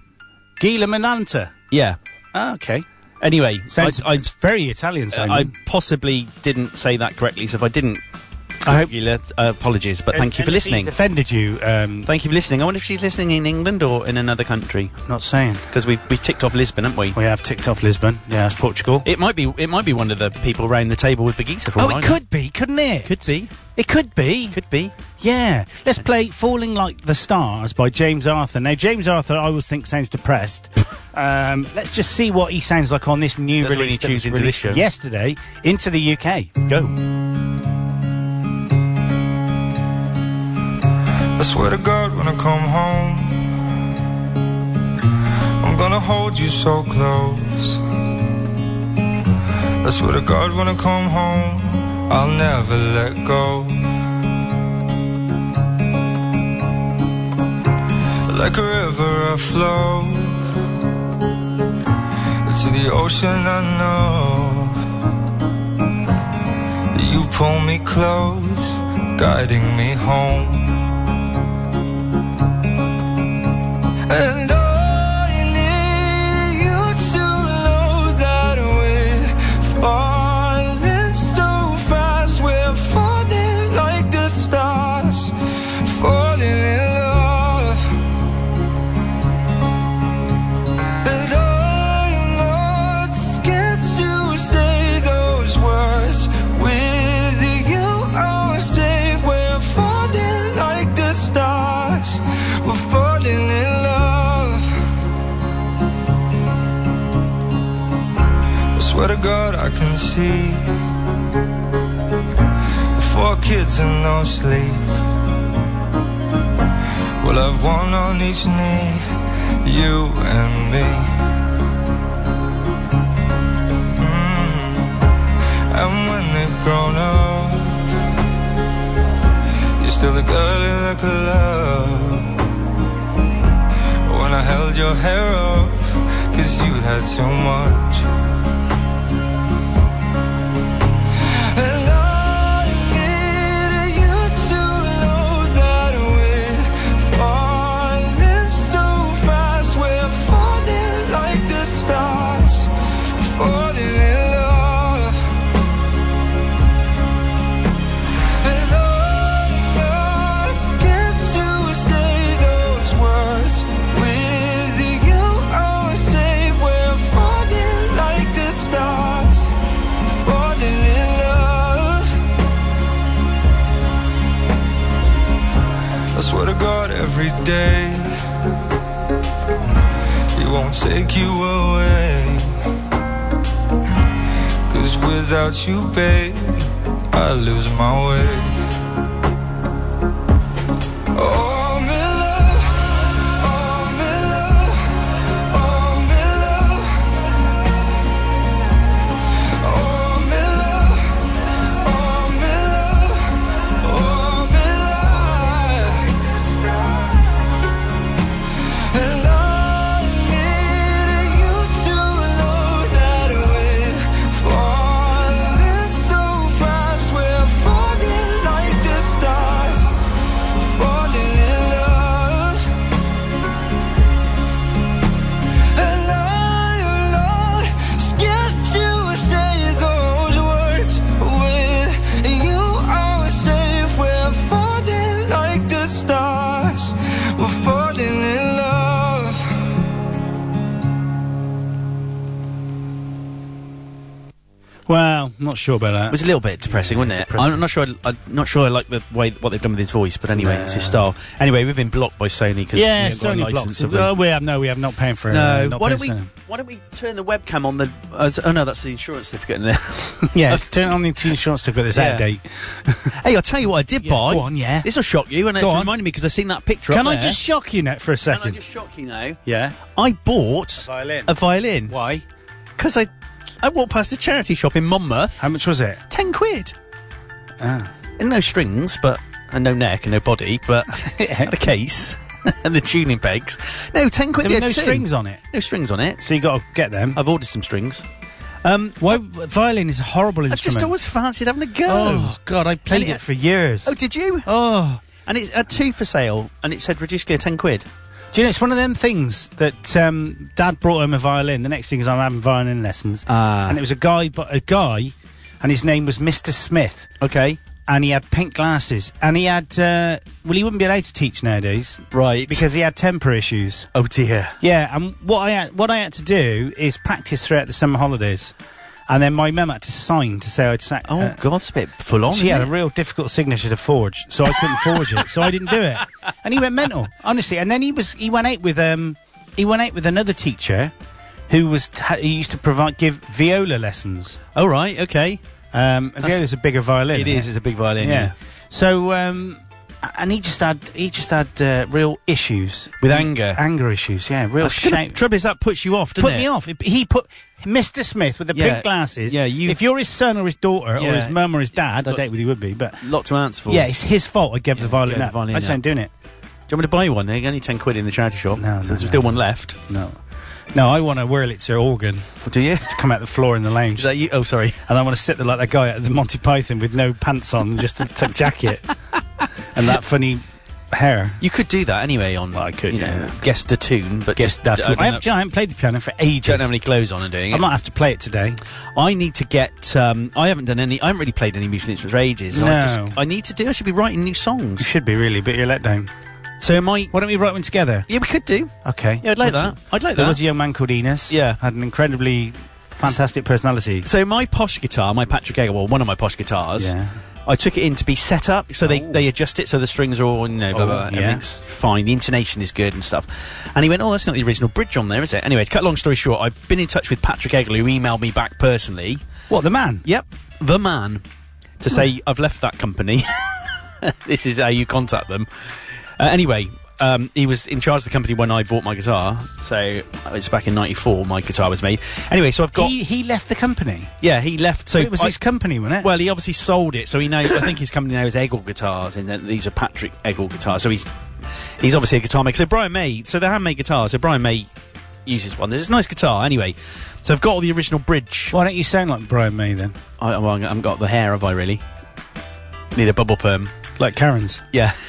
C: Gila Mananta.
D: Yeah.
C: Ah, okay.
D: Anyway, I,
C: Sounds
D: I,
C: very Italian sounding.
D: I possibly didn't say that correctly, so if I didn't, I hope you let, uh, apologies, but thank you for
C: And if he's
D: listening.
C: offended you, um,
D: Thank you for listening. I wonder if she's listening in England or in another country
C: not saying.
D: because we've we ticked off Lisbon, haven't we?
C: We have ticked off Lisbon. Yeah, that's Portugal.
D: It might be it might be one of the people round the table with Begita. For
C: oh,
D: all I
C: it
D: know.
C: could be, couldn't it?
D: could be
C: It could be.
D: could be.
C: Yeah. Let's play Falling Like the Stars by James Arthur. Now, James Arthur, I always think sounds
D: [laughs]
C: depressed. um, let's just see what he sounds like on this new
D: That's when
C: release
D: he
C: that
D: tunes
C: was
D: into this
C: released
D: show.
C: yesterday into the UK.
D: Go.
H: I swear to God, when I come home, I'm gonna hold you so close. I swear to God, when I come home, I'll never let go. Like a river, I flow to the ocean I know. pull me close, guiding me home. And only you to know that we're falling so fast, we're falling like the stars, falling in love. And I'm not scared to say those words. With you, I'm safe. We're falling like the stars. We're falling in love. I swear to God, I can see four kids in no sleep. We'll have one on each knee, you and me. Mm. And when they've grown up, you're still the girl in the club. When I held your hair up, cause you had so much. And I need you to know that we're falling so fast. We're falling like the stars, falling in love. And I'm not scared to say those words. With you, I'm safe. We're falling like the stars, falling in love. I swear to God, every day He won't take you away. Cause without you, babe, I lose my way. Oh, I'm in love. Oh, I'm in love. Oh, I'm in love. Oh, I'm in love. Oh, I'm in love. Oh, I'm in Oh, love. And I need you to know that we're falling so fast. We're falling like the stars, falling in love. And I'm not scared to say those words. With you, I'm safe. We're falling like the stars. We're falling in love.
C: Well, not sure about that.
D: It was a little bit depressing, wasn't it? I'm not sure. I, am not sure I like the way what they've done with his voice, but anyway, it's his style. Anyway, we've been blocked by Sony because
C: yeah,
D: we haven't got a
C: Sony
D: license, Uh,
C: blocks.
D: have
C: Oh, we
D: we?
C: have no, we have not paying for it.
D: No.
C: Not
D: why
C: paying
D: don't we?
C: Sony.
D: Why don't we turn the webcam on the? Uh, oh no, that's the insurance certificate in there. [laughs]
C: Yeah, turn on the insurance to get this out of
D: Yeah.
C: date.
D: hey, I'll tell you what I did buy.
C: go on, yeah.
D: This will shock you, and
C: Go
D: it's
C: on.
D: reminded me because I seen that picture.
C: Can
D: up
C: I
D: there.
C: just shock you net for a
D: Can I
C: second?
D: just shock you now?
C: Yeah.
D: I bought a
C: violin.
E: Why?
D: because I I walked past a charity shop in Monmouth.
C: How much was it?
D: Ten quid. And Ah. no strings, but and no neck and no body, [laughs] but it had a case [laughs] and the tuning pegs. No, ten quid.
C: There were
D: they had
C: no
D: two.
C: strings on it,
D: No strings on it.
C: so you got to get them.
D: I've ordered some strings.
C: Why? Violin is a horrible
D: I've
C: instrument.
D: just always fancied having a go.
C: oh God, I played
D: And it-
C: it for years.
D: Oh, did you?
C: Oh,
D: And it's at two for sale, and it said reduced to ten quid.
C: do you know it's one of them things that um, Dad brought him a violin. The next thing is I'm having violin lessons,
D: Ah.
C: and it was a guy, but a guy, and his name was Mr. Smith,
D: Okay,
C: and he had pink glasses, and he had uh, well, he wouldn't be allowed to teach nowadays
D: right.
C: because he had temper issues.
D: oh dear.
C: Yeah, and what I had, what I had to do is practice throughout the summer holidays, and then my mum had to sign to say I'd uh, sacked.
D: Oh God, it's a bit full on.
C: she had
D: isn't
C: a real difficult signature to forge, so I couldn't forge it, so I didn't do it. [laughs] And he went mental, honestly. And then he was he went out with um he went out with another teacher, who was t- who used to provide give viola lessons.
D: it? All right. Okay.
C: Um, a viola's a bigger violin.
D: It
C: isn't
D: is. It's a big violin.
C: yeah. So um, a- and he just had he just had uh, real issues
D: With anger.
C: anger issues. Yeah, real
D: That's gonna-
C: shame
D: Trouble is that puts you off, doesn't
C: put
D: it?
C: me off. If He put Mr. Smith with the
D: Yeah.
C: pink glasses.
D: Yeah, you-
C: If you're his son or his daughter or
D: Yeah.
C: his mum or his dad, I
D: got-
C: doubt whether he would be. But
D: Lot to answer for.
C: yeah, it's his fault. I gave the violin
D: gave the
C: up.
D: violin
C: I just
D: up.
C: ain't doing it.
D: Do you want me to buy one? They're only ten quid in the charity shop.
C: No,
D: so
C: no,
D: there's
C: no.
D: still one left.
C: No. No, I want a Wurlitzer organ
D: Do you?
C: to come out the floor in the lounge.
D: Is that you? Oh, sorry.
C: and I want to sit there like that guy at the Monty Python with no pants on, just a t-
D: [laughs]
C: jacket, and that funny hair.
D: You could do that anyway on.
C: I could,
D: You know,
C: yeah.
D: guess the tune, but
C: Guess
D: just
C: that.
D: don't,
C: I, have,
D: don't
C: I haven't played the piano for ages.
D: have any clothes on and doing
C: I
D: it.
C: might have to play it today.
D: I need to get. Um, I haven't done any. I haven't really played any musical instruments for ages. and I,
C: No.
D: just, I need to do. I should be writing new
C: You
D: songs.
C: should be really, but you're let down.
D: So am I?
C: Why don't we write one together?
D: Yeah, we could do.
C: Okay.
D: Yeah, I'd like
C: What's-
D: that. I'd like
C: There
D: that.
C: was a young man called Enos.
D: Yeah.
C: Had an incredibly fantastic personality.
D: So my posh guitar, my Patrick Eger, well, one of my posh guitars,
C: Yeah.
D: I took it in to be set up. So they, they adjust it so the strings are all, you know, blah,
C: Oh,
D: blah, blah,
C: yeah.
D: everything's fine. The intonation is good and stuff. And he went, oh, that's not the original bridge on there, is it? Anyway, to cut a long story short, I've been in touch with Patrick Eger, who emailed me back personally.
C: What, the man?
D: Yep, the man, to
C: Hmm.
D: say, I've left that company. [laughs] this is how you contact them. Uh, anyway, um, he was in charge of the company when I bought my guitar. So uh, it's back in 94 my guitar was made. Anyway, so I've got...
C: He, he left the company.
D: yeah, he left. So
C: It was
D: I-
C: his company, wasn't it?
D: well, he obviously sold it, so he knows. I think his company now is Eggle Guitars, and then these are Patrick Eggle Guitars. So he's he's obviously a guitar maker. So Brian May, so they're handmade guitars. So Brian May uses one. It's a nice guitar, anyway. So I've got all the original bridge.
C: Why don't you sound like Brian May then?
D: I, well, I haven't got the hair, have I? Really? Need a bubble perm.
C: Like Karen's.
D: Yeah. [laughs]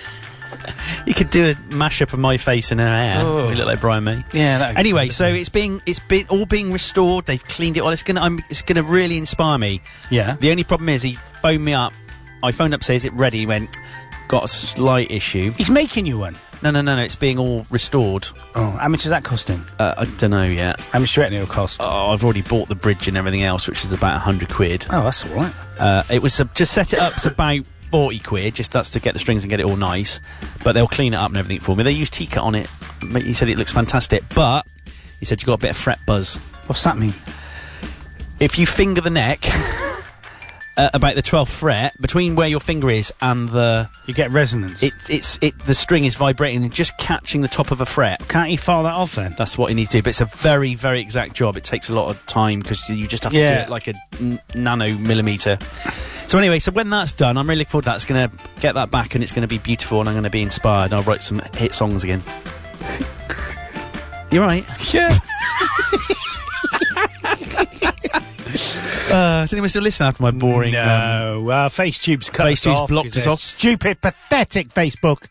D: you could do a mashup of my face and her hair. We look like Brian May.
C: Yeah, that-
D: Anyway, so it's being it's been all being restored. They've cleaned it all. It's gonna I'm, it's gonna really inspire me.
C: Yeah.
D: The only problem is he phoned me up. I phoned up, say, "Is it ready?" He went, "Got a slight issue."
C: He's making you one.
D: No, no, no, no. It's being all restored.
C: Oh, how much does that cost him?
D: Uh, I don't know yet.
C: How much do you reckon it'll cost?
D: Oh, I've already bought the bridge and everything else, which is about hundred quid.
C: Oh, that's all right.
D: Uh, it was uh, just set it up. It's about forty quid. Just that's to get the strings and get it all nice. But they'll clean it up and everything for me. They use teacut on it. Ma- He said it looks fantastic, but he said you got a bit of fret buzz.
C: What's that mean?
D: if you finger the neck [laughs] uh, about the 12th fret between where your finger is and the
C: You get resonance.
D: it, it's it the string is vibrating and just catching the top of a fret
C: Can't he file that off then?
D: that's what you need to do but it's a very very exact job it takes a lot of time because you just have to do
C: Yeah.
D: it like a n- nano millimeter so anyway so when that's done i'm really looking forward to that it's going to get that back and it's going to be beautiful and i'm going to be inspired i'll write some hit songs again you're right
C: Yeah. [laughs]
D: [laughs] uh, is anyone still listening after my boring um,
C: No, uh, FaceTube's cut us
D: FaceTube's
C: off
D: blocked
C: 'cause
D: us
C: they're
D: off.
C: Stupid, pathetic Facebook.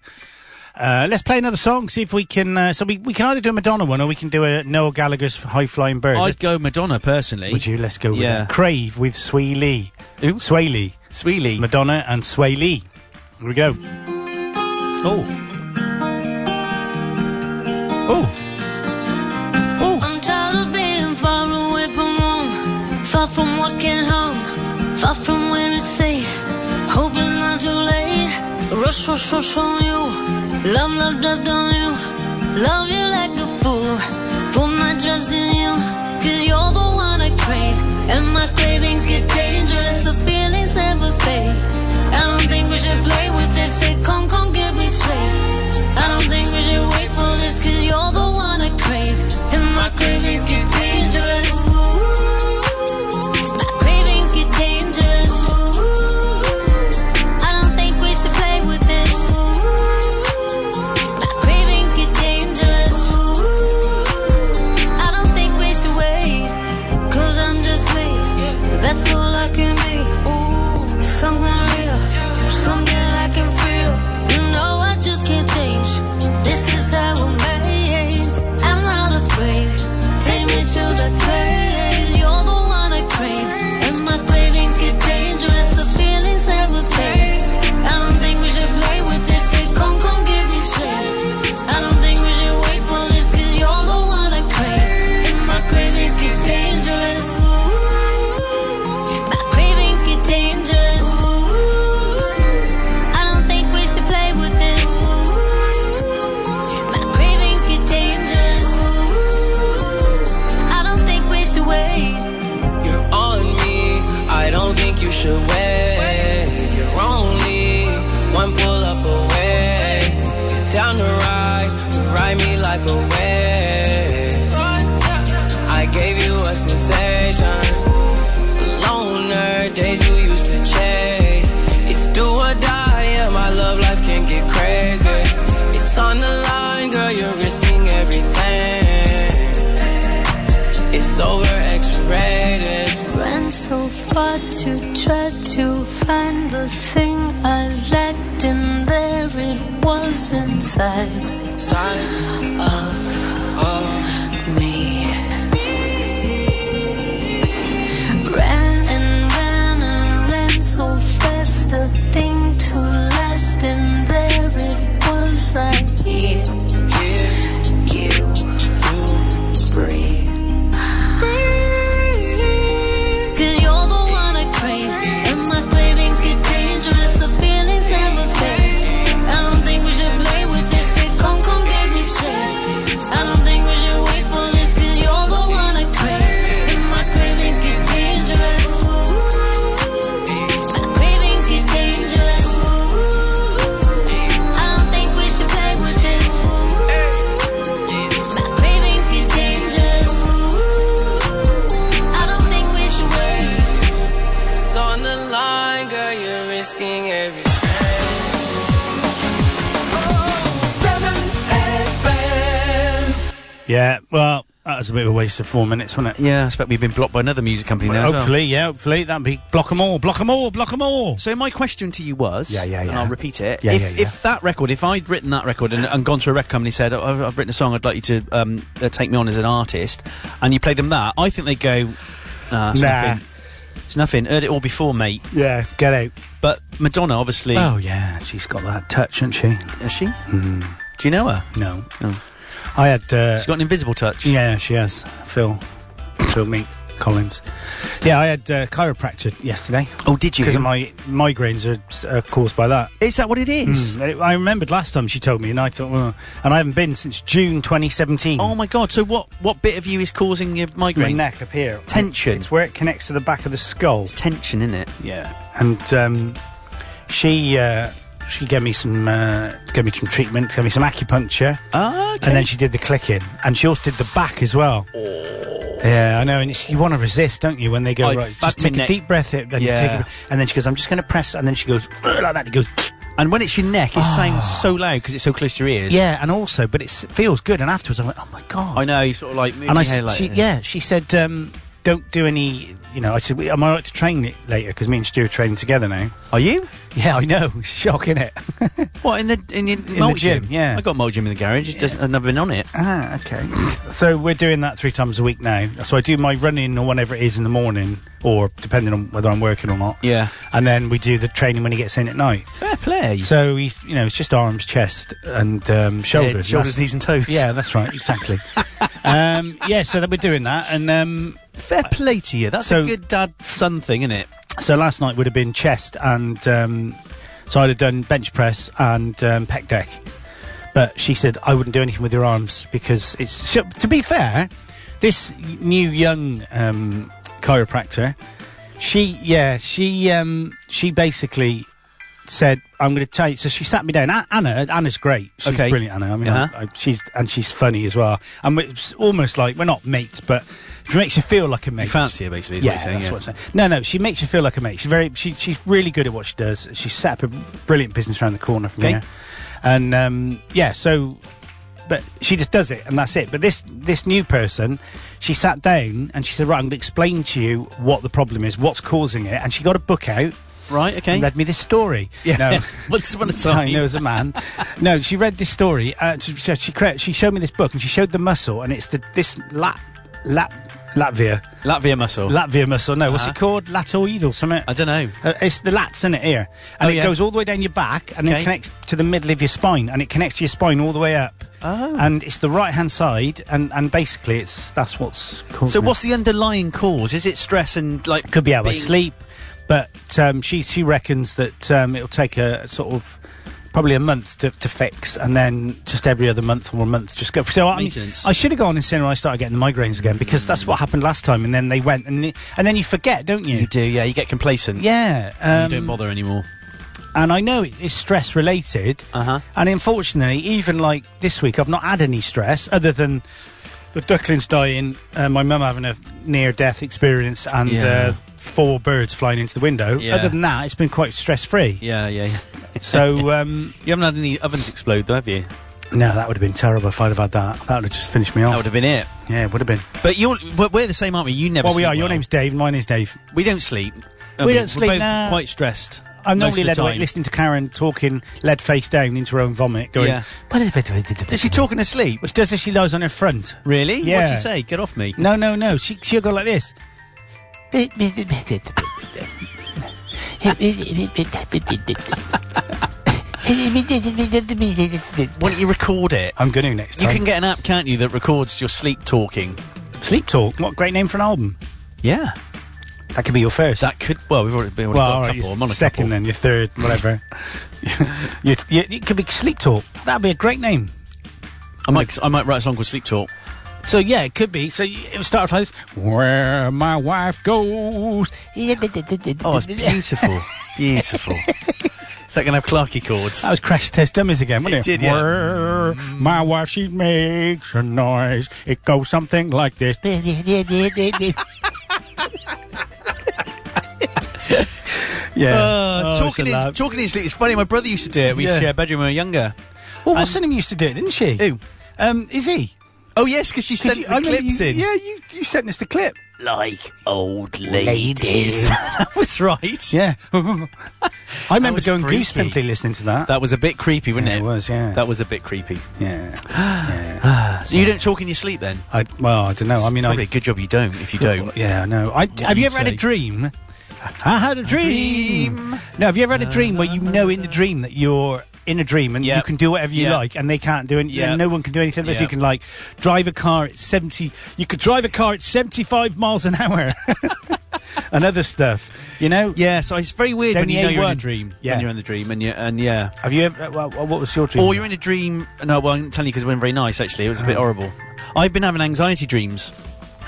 C: Uh, let's play another song. See if we can. Uh, so we, we can either do a Madonna one or we can do a Noel Gallagher's High Flying Bird.
D: i'd go madonna personally
C: Would you? Let's go with
D: Yeah.
C: that. Crave with Sway Lee. Who? Sway Lee.
D: Sweetie.
C: Madonna and Sway Lee. Here we go. Oh. Oh.
F: I'm tired of being far away from home, far from what can home, far from where it's safe. Hope it's not too late. Rush, rush, rush on you. Love, love, love on you. Love you like a fool. Put my trust in you. Cause you're the one I crave. And my cravings get dangerous. The feelings never fade. I don't think we should play with this. Say, come, come, get me straight. I don't think we should wait for this Cause you're the one I crave And my cravings get dangerous Ooh. My cravings get dangerous Ooh. I don't think we should play with this Ooh. My cravings get dangerous Ooh. I don't think we should wait Cause I'm just me That's all I can be Something real Something I can feel And what to try to find the thing I lacked, and there it was inside of me. Ran and ran and ran so fast, a thing to last, and there it was. I hear you breathe. Cause you're the one I crave. And my cravings get dangerous, the feelings have a fate. I don't think we should play with this. Say, come, come, get me straight. I don't think we should wait for this. Cause you're the one I crave. And my cravings get dangerous. My cravings get dangerous. I don't think we should play with this. My cravings get dangerous. I don't think we should wait.
H: It's on the line, girl, you're risking everything. Oh,
C: Yeah, well, that was a bit of a waste of four minutes, wasn't it?
D: Yeah, I expect we've been blocked by another music company now. as well.
C: hopefully, yeah, hopefully. That'd be block 'em all, block 'em all, block 'em all.
D: So my question to you was,
C: Yeah, yeah,
D: and
C: yeah.
D: I'll repeat it.
C: Yeah,
D: if,
C: yeah, yeah.
D: if that record, if I'd written that record and, and gone to a record company and said, "Oh, I've, I've written a song, I'd like you to um, uh, take me on as an artist, and you played them that, I think they'd go, nah, it's
C: Nah.
D: nothing. It's nothing. Heard it all before, mate.
C: Yeah, get out.
D: But Madonna, obviously,
C: Oh, yeah, she's got that touch, hasn't she?
D: is she?
C: Hmm.
D: Do you know her?
C: No.
D: Oh.
C: I had. Uh,
D: She's got an invisible touch.
C: Yeah, she has. Phil. Phil Meek Collins. Yeah, I had uh, chiropractor yesterday
D: Oh, did you?
C: because of my migraines are uh, caused by that.
D: is that what it is?
C: Mm, I remembered last time she told me, and I thought, well, and I haven't been since June 2017.
D: Oh my god! So what? What bit of you is causing your
C: my
D: migraine?
C: neck up here.
D: Tension.
C: It's where it connects to the back of the skull.
D: It's tension, isn't it?
C: Yeah, and um, she uh, she gave me some uh, gave me some treatment, gave me some acupuncture,
D: Ah, okay.
C: and then she did the clicking, and she also did the back as well. Yeah, I know, and it's, you want to resist, don't you? When they go
D: I've
C: right,
D: had
C: just take
D: Oh. my
C: a
D: neck-
C: deep breath, in, then you take
D: Yeah.
C: a, br- and then she goes, "I'm just going to press," and then she goes "Ugh," like that. It goes,
D: and when it's your neck, it sounds so loud because it's so close to your ears.
C: Ah. yeah, and also, but it feels good. And afterwards, I'm like, "Oh my god!"
D: I know. You sort of like move
C: and I,
D: your hair
C: s-
D: like
C: she,
D: this.
C: yeah, she said, um, "Don't do any." You know, I said, "Am I right to train it later?" Because me and Stu are training together now. [laughs]
D: Are you?
C: Yeah, I know. [laughs] Shocking it.
D: What in the in, your
C: the
D: multi
C: gym, yeah.
D: I got multi gym in the garage. It doesn't. I've never been
C: [laughs]
D: on it.
C: Ah, okay. so we're doing that three times a week now. So I do my running or whenever it is in the morning, or depending on whether I'm working or not.
D: Yeah.
C: And then we do the training when he gets in at night.
D: Fair play.
C: So he's, you know, it's just arms, chest, and um, shoulders.
D: Yeah, shoulders,
C: That's-
D: knees, and toes.
C: Yeah, that's right,
D: [laughs]
C: exactly. um, yeah, so that we're doing that, and um,
D: Fair play to you. That's
C: So-
D: a good dad son thing, isn't it?
C: so last night would have been chest, and um, so I'd have done bench press and um, pec deck. But she said I wouldn't do anything with your arms because it's. So, to be fair, this new young um, chiropractor, she yeah she um, she basically said I'm going to tell you. So she sat me down. A- Anna Anna's great. She's
D: Okay.
C: brilliant. Anna. I mean, I-
D: Uh-huh.
C: I, she's and she's funny as well. And it's almost like we're not mates, but she makes you feel like a mate.
D: fancy her, basically, is what
C: yeah,
D: you're saying,
C: that's
D: yeah.
C: what I'm saying. No, no, she makes you feel like a mate. She's very, she, she's really good at what she does. She set up a brilliant business around the corner from
D: Okay.
C: here, and um, yeah, so. But she just does it, and that's it. But this this new person, she sat down and she said, "Right, I'm going to explain to you what the problem is, what's causing it." And she got a book out
D: Right.
C: and
D: Okay.
C: read me this story.
D: yeah. [laughs]
C: No.
D: Once upon
C: [laughs]
D: a time.
C: Sorry, there was a man.
D: [laughs]
C: no, she read this story. Uh, she, she, she cre- she showed me this book, and she showed the muscle, and it's the this lat lat Latvia
D: Latvia muscle.
C: Latvia muscle. No, what's
D: Uh-huh.
C: it called? Latoid or something.
D: I don't know.
C: Uh, it's the lats in it here, and
D: Oh,
C: it
D: yeah.
C: goes all the way down your back, and then
D: Okay.
C: connects to the middle of your spine, and it connects to your spine all the way up. Oh. And it's the right hand side, and, and basically it's that's what's called.
D: So what's the underlying cause? Is it stress and like?
C: could be how I
D: being-
C: sleep, but um, she she reckons that um, it'll take a sort of probably a month to, to fix, and then just every other month or a month just go. So I, mean,
D: Maintenance. Hmm.
C: I should have gone in sooner. I started getting the migraines again because that's what happened last time, and then they went, and it- and then you forget, don't you?
D: You do. Yeah. You get complacent.
C: Yeah,
D: You
C: um,
D: don't bother anymore.
C: and I know it is stress related,
D: Uh-huh.
C: and unfortunately, even like this week, I've not had any stress other than the ducklings dying, uh, my mum having a near death experience, and
D: Yeah.
C: uh, four birds flying into the window.
D: Yeah.
C: Other than that, it's been quite stress free.
D: Yeah. Yeah. yeah.
C: [laughs]
D: [laughs]
C: So, um,
D: You haven't had any ovens explode, though, have you?
C: No, that would have been terrible if I'd have had that. That would have just finished me
D: That
C: off.
D: would have been it.
C: yeah, it would have been.
D: But you're, but we're the same, aren't we? You never.
C: Well, we
D: sleep
C: are. Your
D: well.
C: name's Dave. Mine is Dave.
D: We don't sleep.
C: We don't
D: are
C: sleep,
D: Both
C: nah.
D: Quite stressed.
C: I'm
D: most
C: normally
D: of
C: led
D: the
C: away
D: time.
C: listening to Karen talking lead face down into her own vomit, going.
D: Yeah. [laughs] Does she talk in her sleep?
C: Which does if she lies on her front.
D: Really? What'd
C: Yeah.
D: she say? Get off me.
C: No, no, no. She she'll go like this.
D: Why don't you record it?
C: I'm going to next
D: [laughs] You
C: time.
D: can get an app, can't you, that records your sleep talking?
C: Sleep talk. What a great name for an album.
D: Yeah.
C: That could be your first.
D: That could. Well, we've already, we've already
C: well,
D: got
C: all
D: a
C: right,
D: couple.
C: your
D: I'm on a
C: second,
D: couple.
C: then your third, [laughs] whatever. you, you, it could be sleep talk. That'd be a great name.
D: I might. I might write a song called Sleep Talk.
C: So yeah, it could be. So y- it would start off like this: Where my wife goes.
D: Oh, [laughs] it's beautiful. beautiful. [laughs] Is that going to have Clarky chords?
C: That was Crash Test Dummies again, wasn't it?
D: It did, yeah.
C: Whirr, my wife, she makes a noise. It goes something like this. [laughs] yeah.
D: Uh,
C: Oh,
D: talking,
C: it's a
D: in,
C: laugh.
D: talking in sleep. It's funny. My brother used to do it. We used to
C: Yeah.
D: share a bedroom when we were younger.
C: Well, what's her name used to do it, didn't she?
D: Who?
C: Um, Izzy.
D: Oh yes, because she
C: 'Cause
D: sent
C: you- I
D: the
C: remember
D: clips
C: you,
D: in.
C: Yeah, you, you sent us the clip.
G: Like old
D: [laughs]
G: ladies.
D: that was
C: [laughs]
D: right.
C: Yeah. I remember
D: was
C: going
D: freaky.
C: goose pimply listening to that.
D: That was a bit creepy, wasn't
C: Yeah,
D: it?
C: it was, yeah.
D: That was a bit creepy.
C: yeah.
D: So you don't talk in your sleep then?
C: I, well, I don't know. I mean,
D: Probably
C: I.
D: a good job you don't.
C: [laughs]
D: If you don't,
C: Yeah, no. I, have you
D: you'd
C: ever had a
D: say.
C: dream? I had a dream. No, have you ever had a dream where you know in the dream that you're in a dream and you
D: Yep.
C: can do whatever you
D: Yep.
C: like and they can't do anything
D: Yep.
C: and no one can do anything unless you
D: Yep.
C: can like drive a car at 70 you could drive a car at 75 miles an hour [laughs] and other stuff you know
D: yeah. So it's very weird
C: Down
D: when you
C: the
D: know you're in a
C: A1.
D: dream.
C: Yeah.
D: When you're in the dream, and you and yeah.
C: have you ever well, what was your dream
D: Or you're in a dream. No, well, I'm telling you because it wasn't very nice. Actually, it was a
C: Oh.
D: bit horrible. I've been having anxiety dreams.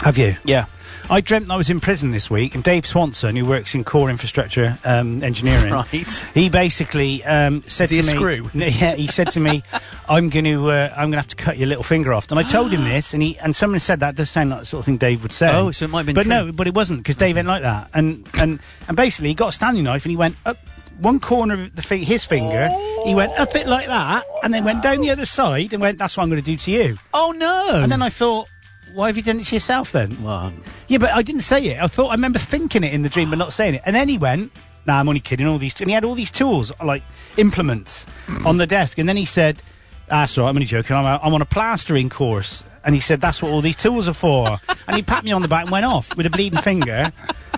C: have you
D: Yeah.
C: I dreamt I was in prison this week, and Dave Swanson, who works in core infrastructure um, engineering,
D: [laughs] Right.
C: He basically um, said to
D: he a
C: me,
D: screw?
C: [laughs] Yeah, he said to
D: [laughs]
C: me, "I'm going to, uh, I'm going to have to cut your little finger off." And I told
D: [gasps]
C: him this, and he, and someone said that does sound like the sort of thing Dave would say.
D: Oh, so it might have been
C: but
D: true.
C: no, but it wasn't because Dave ain't like that. And and and basically, he got a Stanley knife, and he went up one corner of the fi- his finger. He went up it like that, and then went down the other side, and went, "That's what I'm going to do to you."
D: Oh no.
C: And then I thought, "Why have you done it to yourself then?"
D: Well,
C: Yeah, but I didn't say it. I thought I remember thinking it in the dream, but not saying it. And then he went, "Nah, I'm only kidding." All these, and he had all these tools, like implements, on the desk. And then he said, "That's all right. I'm only joking. I'm, a, I'm on a plastering course." And he said, "That's what all these tools are for." and he pat me on the back and went off with a bleeding finger. [laughs]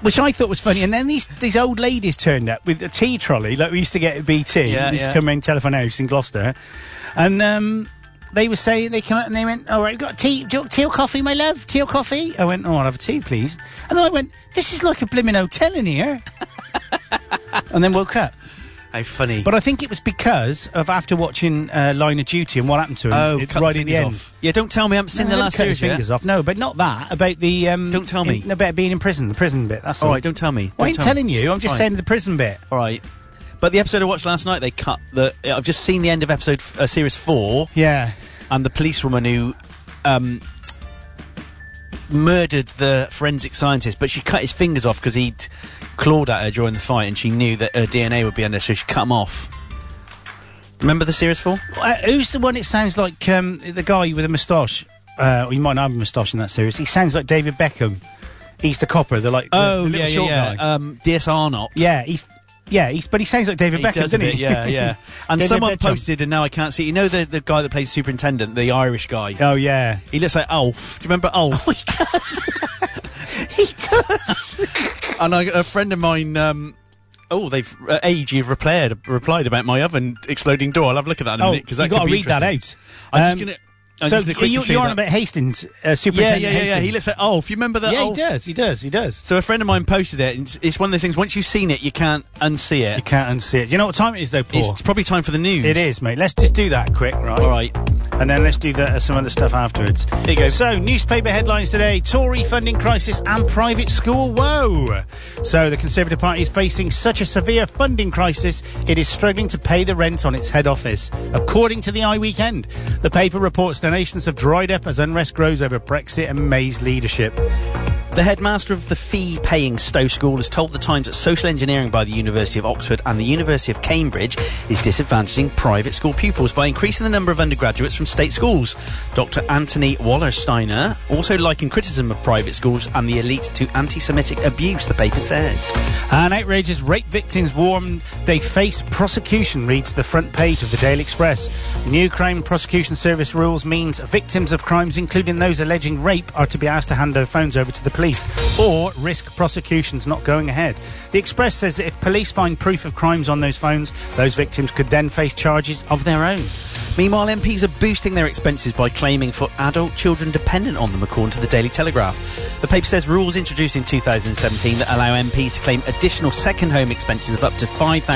C: Which I thought was funny, and then these these old ladies turned up with a tea trolley like we used to get at BT.
D: Yeah,
C: we used to
D: yeah.
C: come round Telephone House in Gloucester, and um, they were saying they came out and they went, "All right, we've got tea, do you want tea or coffee, my love? Tea or coffee?" I went, "Oh, I'll have a tea, please." And then I went, "This is like a blimmin' hotel in here," [laughs] and then woke up.
D: how funny.
C: But I think it was because of after watching uh, Line of Duty and what happened to him
D: oh,
C: it-
D: cut
C: uh, right
D: the
C: at the
D: fingers
C: end.
D: off. Yeah. Don't tell me I haven't seen
C: No,
D: the
C: they
D: last
C: cut his
D: series yet.
C: fingers off. No, but not that about the. Um,
D: Don't tell me.
C: in- about being in prison, the prison bit. That's
D: All right, don't tell me.
C: I
D: Don't
C: ain't
D: tell
C: telling
D: me.
C: you. I'm just
D: All right.
C: saying the prison bit.
D: All right. But the episode I watched last night, they cut the. I've just seen the end of episode f- uh, series four,
C: Yeah.
D: and the policewoman who um, murdered the forensic scientist, but she cut his fingers off because he'd clawed at her during the fight, and she knew that her DNA would be on there, so she cut him off. Remember the series four?
C: Uh, who's the one that sounds like um, the guy with a moustache? Uh, you might not have a moustache in that series. He sounds like David Beckham. He's the copper. They're like the,
D: Oh,
C: the little short guy.
D: Um, DSR not.
C: yeah, he, yeah. He's but he sounds like David
D: He
C: Beckham,
D: does a
C: doesn't
D: bit,
C: he?
D: Yeah,
C: [laughs]
D: yeah. And
C: David
D: someone
C: Beckham.
D: posted, and now I can't see. You know the, the guy that plays superintendent, the Irish guy.
C: Oh yeah.
D: He looks like Ulf. Do you remember
C: Oh,
D: Ulf? he [laughs] does. he does. and I, a friend of mine. Um, oh, they've uh, age. You've replied replied about my oven exploding door. I'll have a look at that in a
C: Oh,
D: minute because
C: you got to read that out.
D: I'm just
C: Um,
D: gonna. I'm
C: so
D: just gonna quickly
C: you,
D: show
C: you're on
D: that.
C: about Hastings, uh,
D: Yeah,
C: Superintendent
D: yeah, yeah, yeah.
C: Hastings.
D: He looks like Ulf. You remember that?
C: yeah, he
D: Ulf?
C: does. He does. He does.
D: So a friend of mine posted it. And it's, it's one of those things. Once you've seen it, you can't unsee
C: You
D: it.
C: can't unsee it. You know what time it is, though, Paul.
D: It's, it's probably time for the news.
C: It is, mate. Let's just do that quick, right?
D: All right.
C: And then let's do the, uh, some other stuff afterwards. There
D: you go.
C: So, newspaper headlines today Tory funding crisis and private school woe. So, the Conservative Party is facing such a severe funding crisis, it is struggling to pay the rent on its head office. According to the Eye Weekend, the paper reports donations have dried up as unrest grows over Brexit and May's leadership.
D: The headmaster of the fee paying Stowe School has told the Times that social engineering by the University of Oxford and the University of Cambridge is disadvantaging private school pupils by increasing the number of undergraduates from state schools. Dr. Anthony Wallersteiner also likened criticism of private schools and the elite to anti Semitic abuse, the paper says.
C: An outrageous rape victims warn they face prosecution reads the front page of the Daily Express. New crime prosecution service rules means victims of crimes, including those alleging rape, are to be asked to hand their phones over to the police or risk prosecutions not going ahead. The Express says that if police find proof of crimes on those phones, those victims could then face charges of their own.
D: Meanwhile, MPs are boosting their expenses by claiming for adult children dependent on them, according to the Daily Telegraph. The paper says rules introduced in 2017 that allow MPs to claim additional second home expenses of up to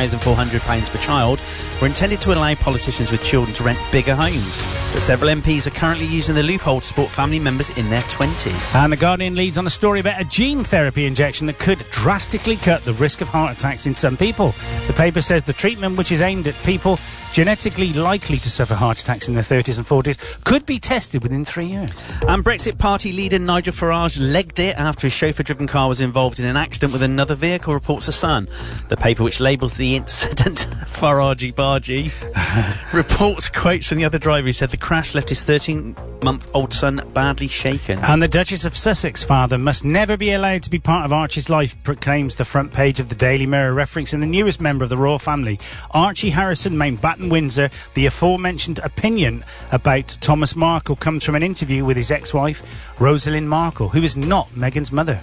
D: £5,400 per child were intended to allow politicians with children to rent bigger homes. But several MPs are currently using the loophole to support family members in their 20s.
C: And The Guardian leads on a story about a gene therapy injection that could drastically cut the risk of heart attacks in some people. The paper says the treatment, which is aimed at people genetically likely to suffer heart attacks in their 30s and 40s, could be tested within three years.
D: And Brexit Party leader Nigel Farage legged it after his chauffeur driven car was involved in an accident with another vehicle, reports The Sun. The paper, which labels the incident [laughs] Farage Bargy, reports quotes from the other driver who said the crash left his 13 month old son badly shaken.
C: And the Duchess of Sussex father must never be allowed to be part of Archie's life, proclaims the front page of the Daily Mirror, referencing the newest member of the royal family, Archie Harrison Mountbatten Windsor. The aforementioned opinion about Thomas Markle comes from an interview with his ex-wife, Rosalind Markle, who is not Meghan's mother.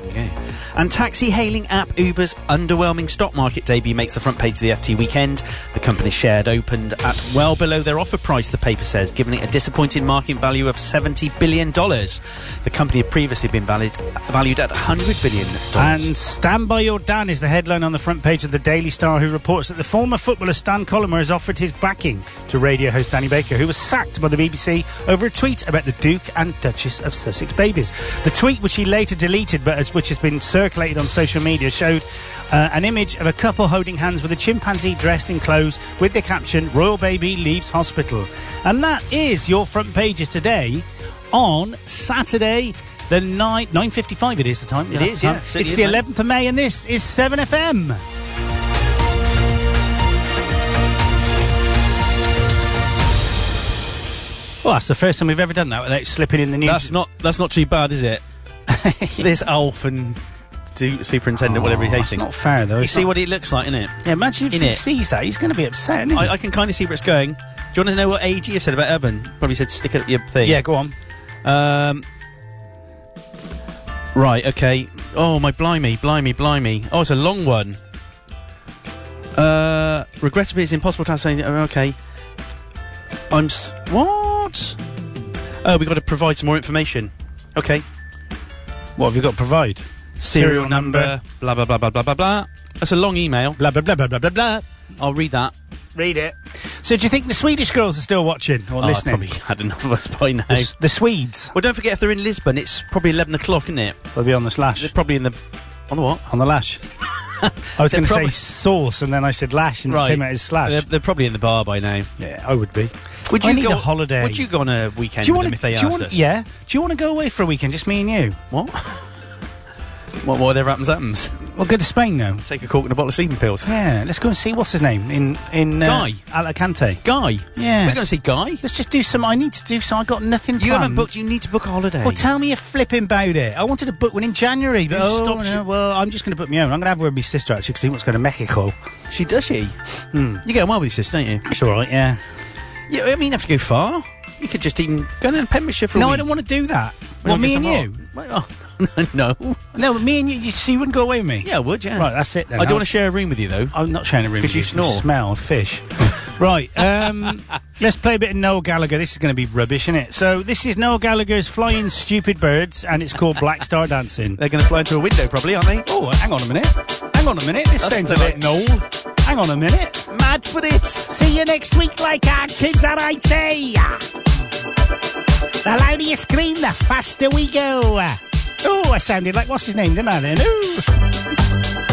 D: And taxi hailing app Uber's underwhelming stock market debut makes the front page of the FT weekend. The company's shared opened at well below their offer price, the paper says, giving it a disappointing market value of $70 billion. The company had previously been valid, valued at $100 billion.
C: And Stand By Your Dan is the headline on the front page of the Daily Star, who reports that the former footballer Stan Colymer has offered his backing to radio host Danny Baker, who was sacked by the BBC over a tweet about the Duke and Duchess of Sussex babies. The tweet, which he later deleted but as, which has been circulated on social media, showed uh, an image of a couple holding hands with a chimpanzee dressed in clothes with the caption, Royal Baby Leaves Hospital. And that is your front pages today on Saturday. The nine nine fifty five. It is the time. It
D: is,
C: the time.
D: yeah, certainly
C: It's
D: is,
C: the
D: mate.
C: eleventh of May, and this is Seven FM. Well, that's the first time we've ever done that without slipping in the news.
E: That's not that's not too bad, is
D: [laughs]
E: it? this elf and du- superintendent, whatever
D: Oh,
E: he's
C: That's
E: hating.
C: not fair, though.
E: You
C: It's
E: see
C: not-
E: what he looks like, innit?
C: Yeah, imagine if
E: in
C: he
E: it.
C: sees that, he's going to be upset. Isn't he?
E: I, I can kind of see where it's going. Do you want to know what AG have said about Evan? Probably said stick it up your thing.
C: yeah, go on.
E: Um. Right. Okay. Oh my blimey, blimey, blimey. Oh, it's a long one. Uh, regrettably, it's impossible to have saying. oh, Okay. I'm. S- what? Oh, we got to provide some more information. Okay.
C: What have you got to provide? Serial number.
E: Blah blah blah blah blah blah blah. That's a long email.
C: Blah blah blah blah blah blah blah.
E: I'll read that.
C: Read it. So, do you think the Swedish girls are still watching or
E: Oh, I've
C: listening?
E: probably [laughs] had enough of us by now.
C: The, S- the Swedes.
E: Well, don't forget if they're in Lisbon, it's probably eleven o'clock, isn't it?
C: They'll be on the slash.
E: They're probably in the. On the what?
C: on the lash. I was
E: They're
C: going to say
E: probably-
C: sauce, and then I said lash, and it came out as slash.
E: They're, they're probably in the bar by now.
C: yeah, I would be.
E: Would
C: I
E: you
C: need
E: go
C: a holiday.
E: Would you go on a weekend
C: Do you
E: with
C: want
E: them
C: to?
E: if they
C: do
E: asked
C: you want,
E: us?
C: Yeah. Do you want to go away for a weekend, just me and you?
E: What? [laughs] what? Whatever happens, happens. [laughs]
C: We'll go to Spain though.
E: Take a cork and a bottle of sleeping pills.
C: Yeah, let's go and see what's his name in in uh,
E: Guy.
C: Alicante.
E: Guy.
C: Yeah.
E: We're going to see Guy. You
C: Let's just do some. I need to do some. I got nothing. You
E: haven't booked. You need to book a holiday.
C: Well, tell me a flipping about it. I wanted to book one in January, but
E: Who
C: oh,
E: stopped
C: no,
E: you?
C: well, I'm just going to book my own. I'm going to have one with my sister actually because he wants to go to Mexico.
E: she does. She.
C: Hmm.
E: You get on well with your sister, don't you?
C: It's all right. Yeah.
E: Yeah. I mean, you don't have to go far. You could just even go down to Pembrokeshire for a
C: No,
E: week.
C: I don't want to do that.
E: We're
C: Well,
E: gonna
C: me
E: get
C: and you.
E: some hot- Well, oh, [laughs] no.
C: No, me and you. You, so you wouldn't go away with me.
E: Yeah, I would. Yeah.
C: Right, that's it then.
E: I don't
C: I'll-
E: want to share a room with you though.
C: I'm not sharing a room
E: 'Cause
C: with
E: you snore.
C: Smell
E: [laughs]
C: of fish. right. Um, let's play a bit of Noel Gallagher. This is going to be rubbish, isn't it? So this is Noel Gallagher's Flying Stupid Birds, and it's called Black
E: [laughs]
C: Star Dancing.
E: They're going to fly into a window, probably, aren't they?
C: Oh, hang on a minute. Hang on a minute. This sounds a
E: like
C: bit Noel. Hang on a minute.
E: Mad for it.
C: See you next week, like our kids at IT. The louder you scream, the faster we go. Oh, I sounded like what's his name, didn't I? Then. Ooh.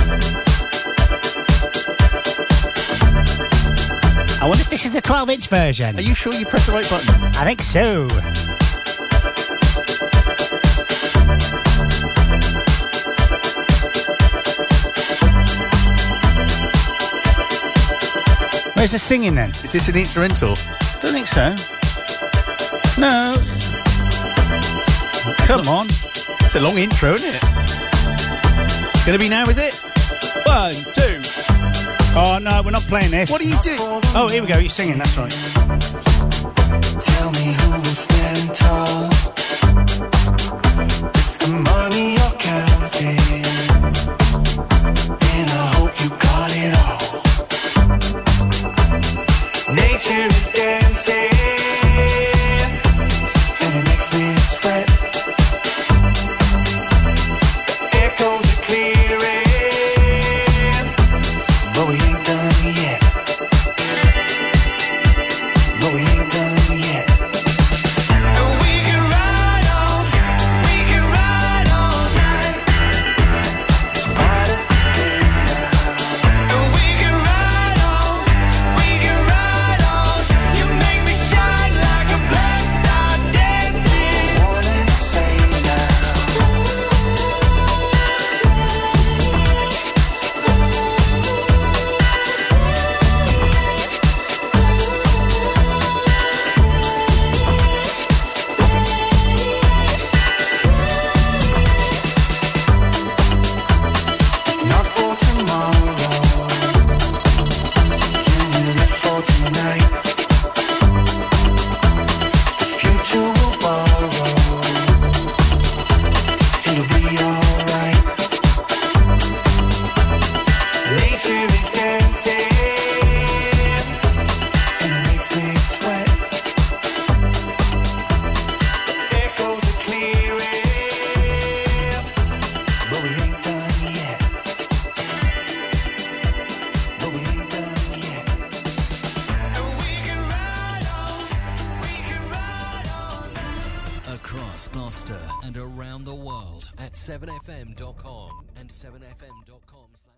C: I wonder if this is the 12-inch version.
E: Are you sure you pressed the right button?
C: I think so. There's a singing then.
D: Is this an instrumental?
C: Don't think so. No. Come on.
D: It's a long intro, isn't it? Gonna be now, is it?
C: One, two. Oh no, we're not playing this.
D: What are you doing?
C: Oh, here we go. You're singing. That's right.
H: Tell me who will stand tall. It's the money you're counting. And I hope you got it all. Nature is dancing. And it makes me sweat. Echoes are clearing. But we ain't done yet. But we ain't done yet. We can ride on, we can ride all night. It's part of the game now. We can ride on, we can ride on. You make me shine like a black star dancing. One and the same Not for tomorrow. You live for tonight. The future will borrow. It'll be alright. Nature is dancing, and it makes me sweat. Echoes are clearing, but we ain't done yet. But we ain't done yet.
A: Across Gloucester and around the world at 7fm.com and 7fm.com. slash-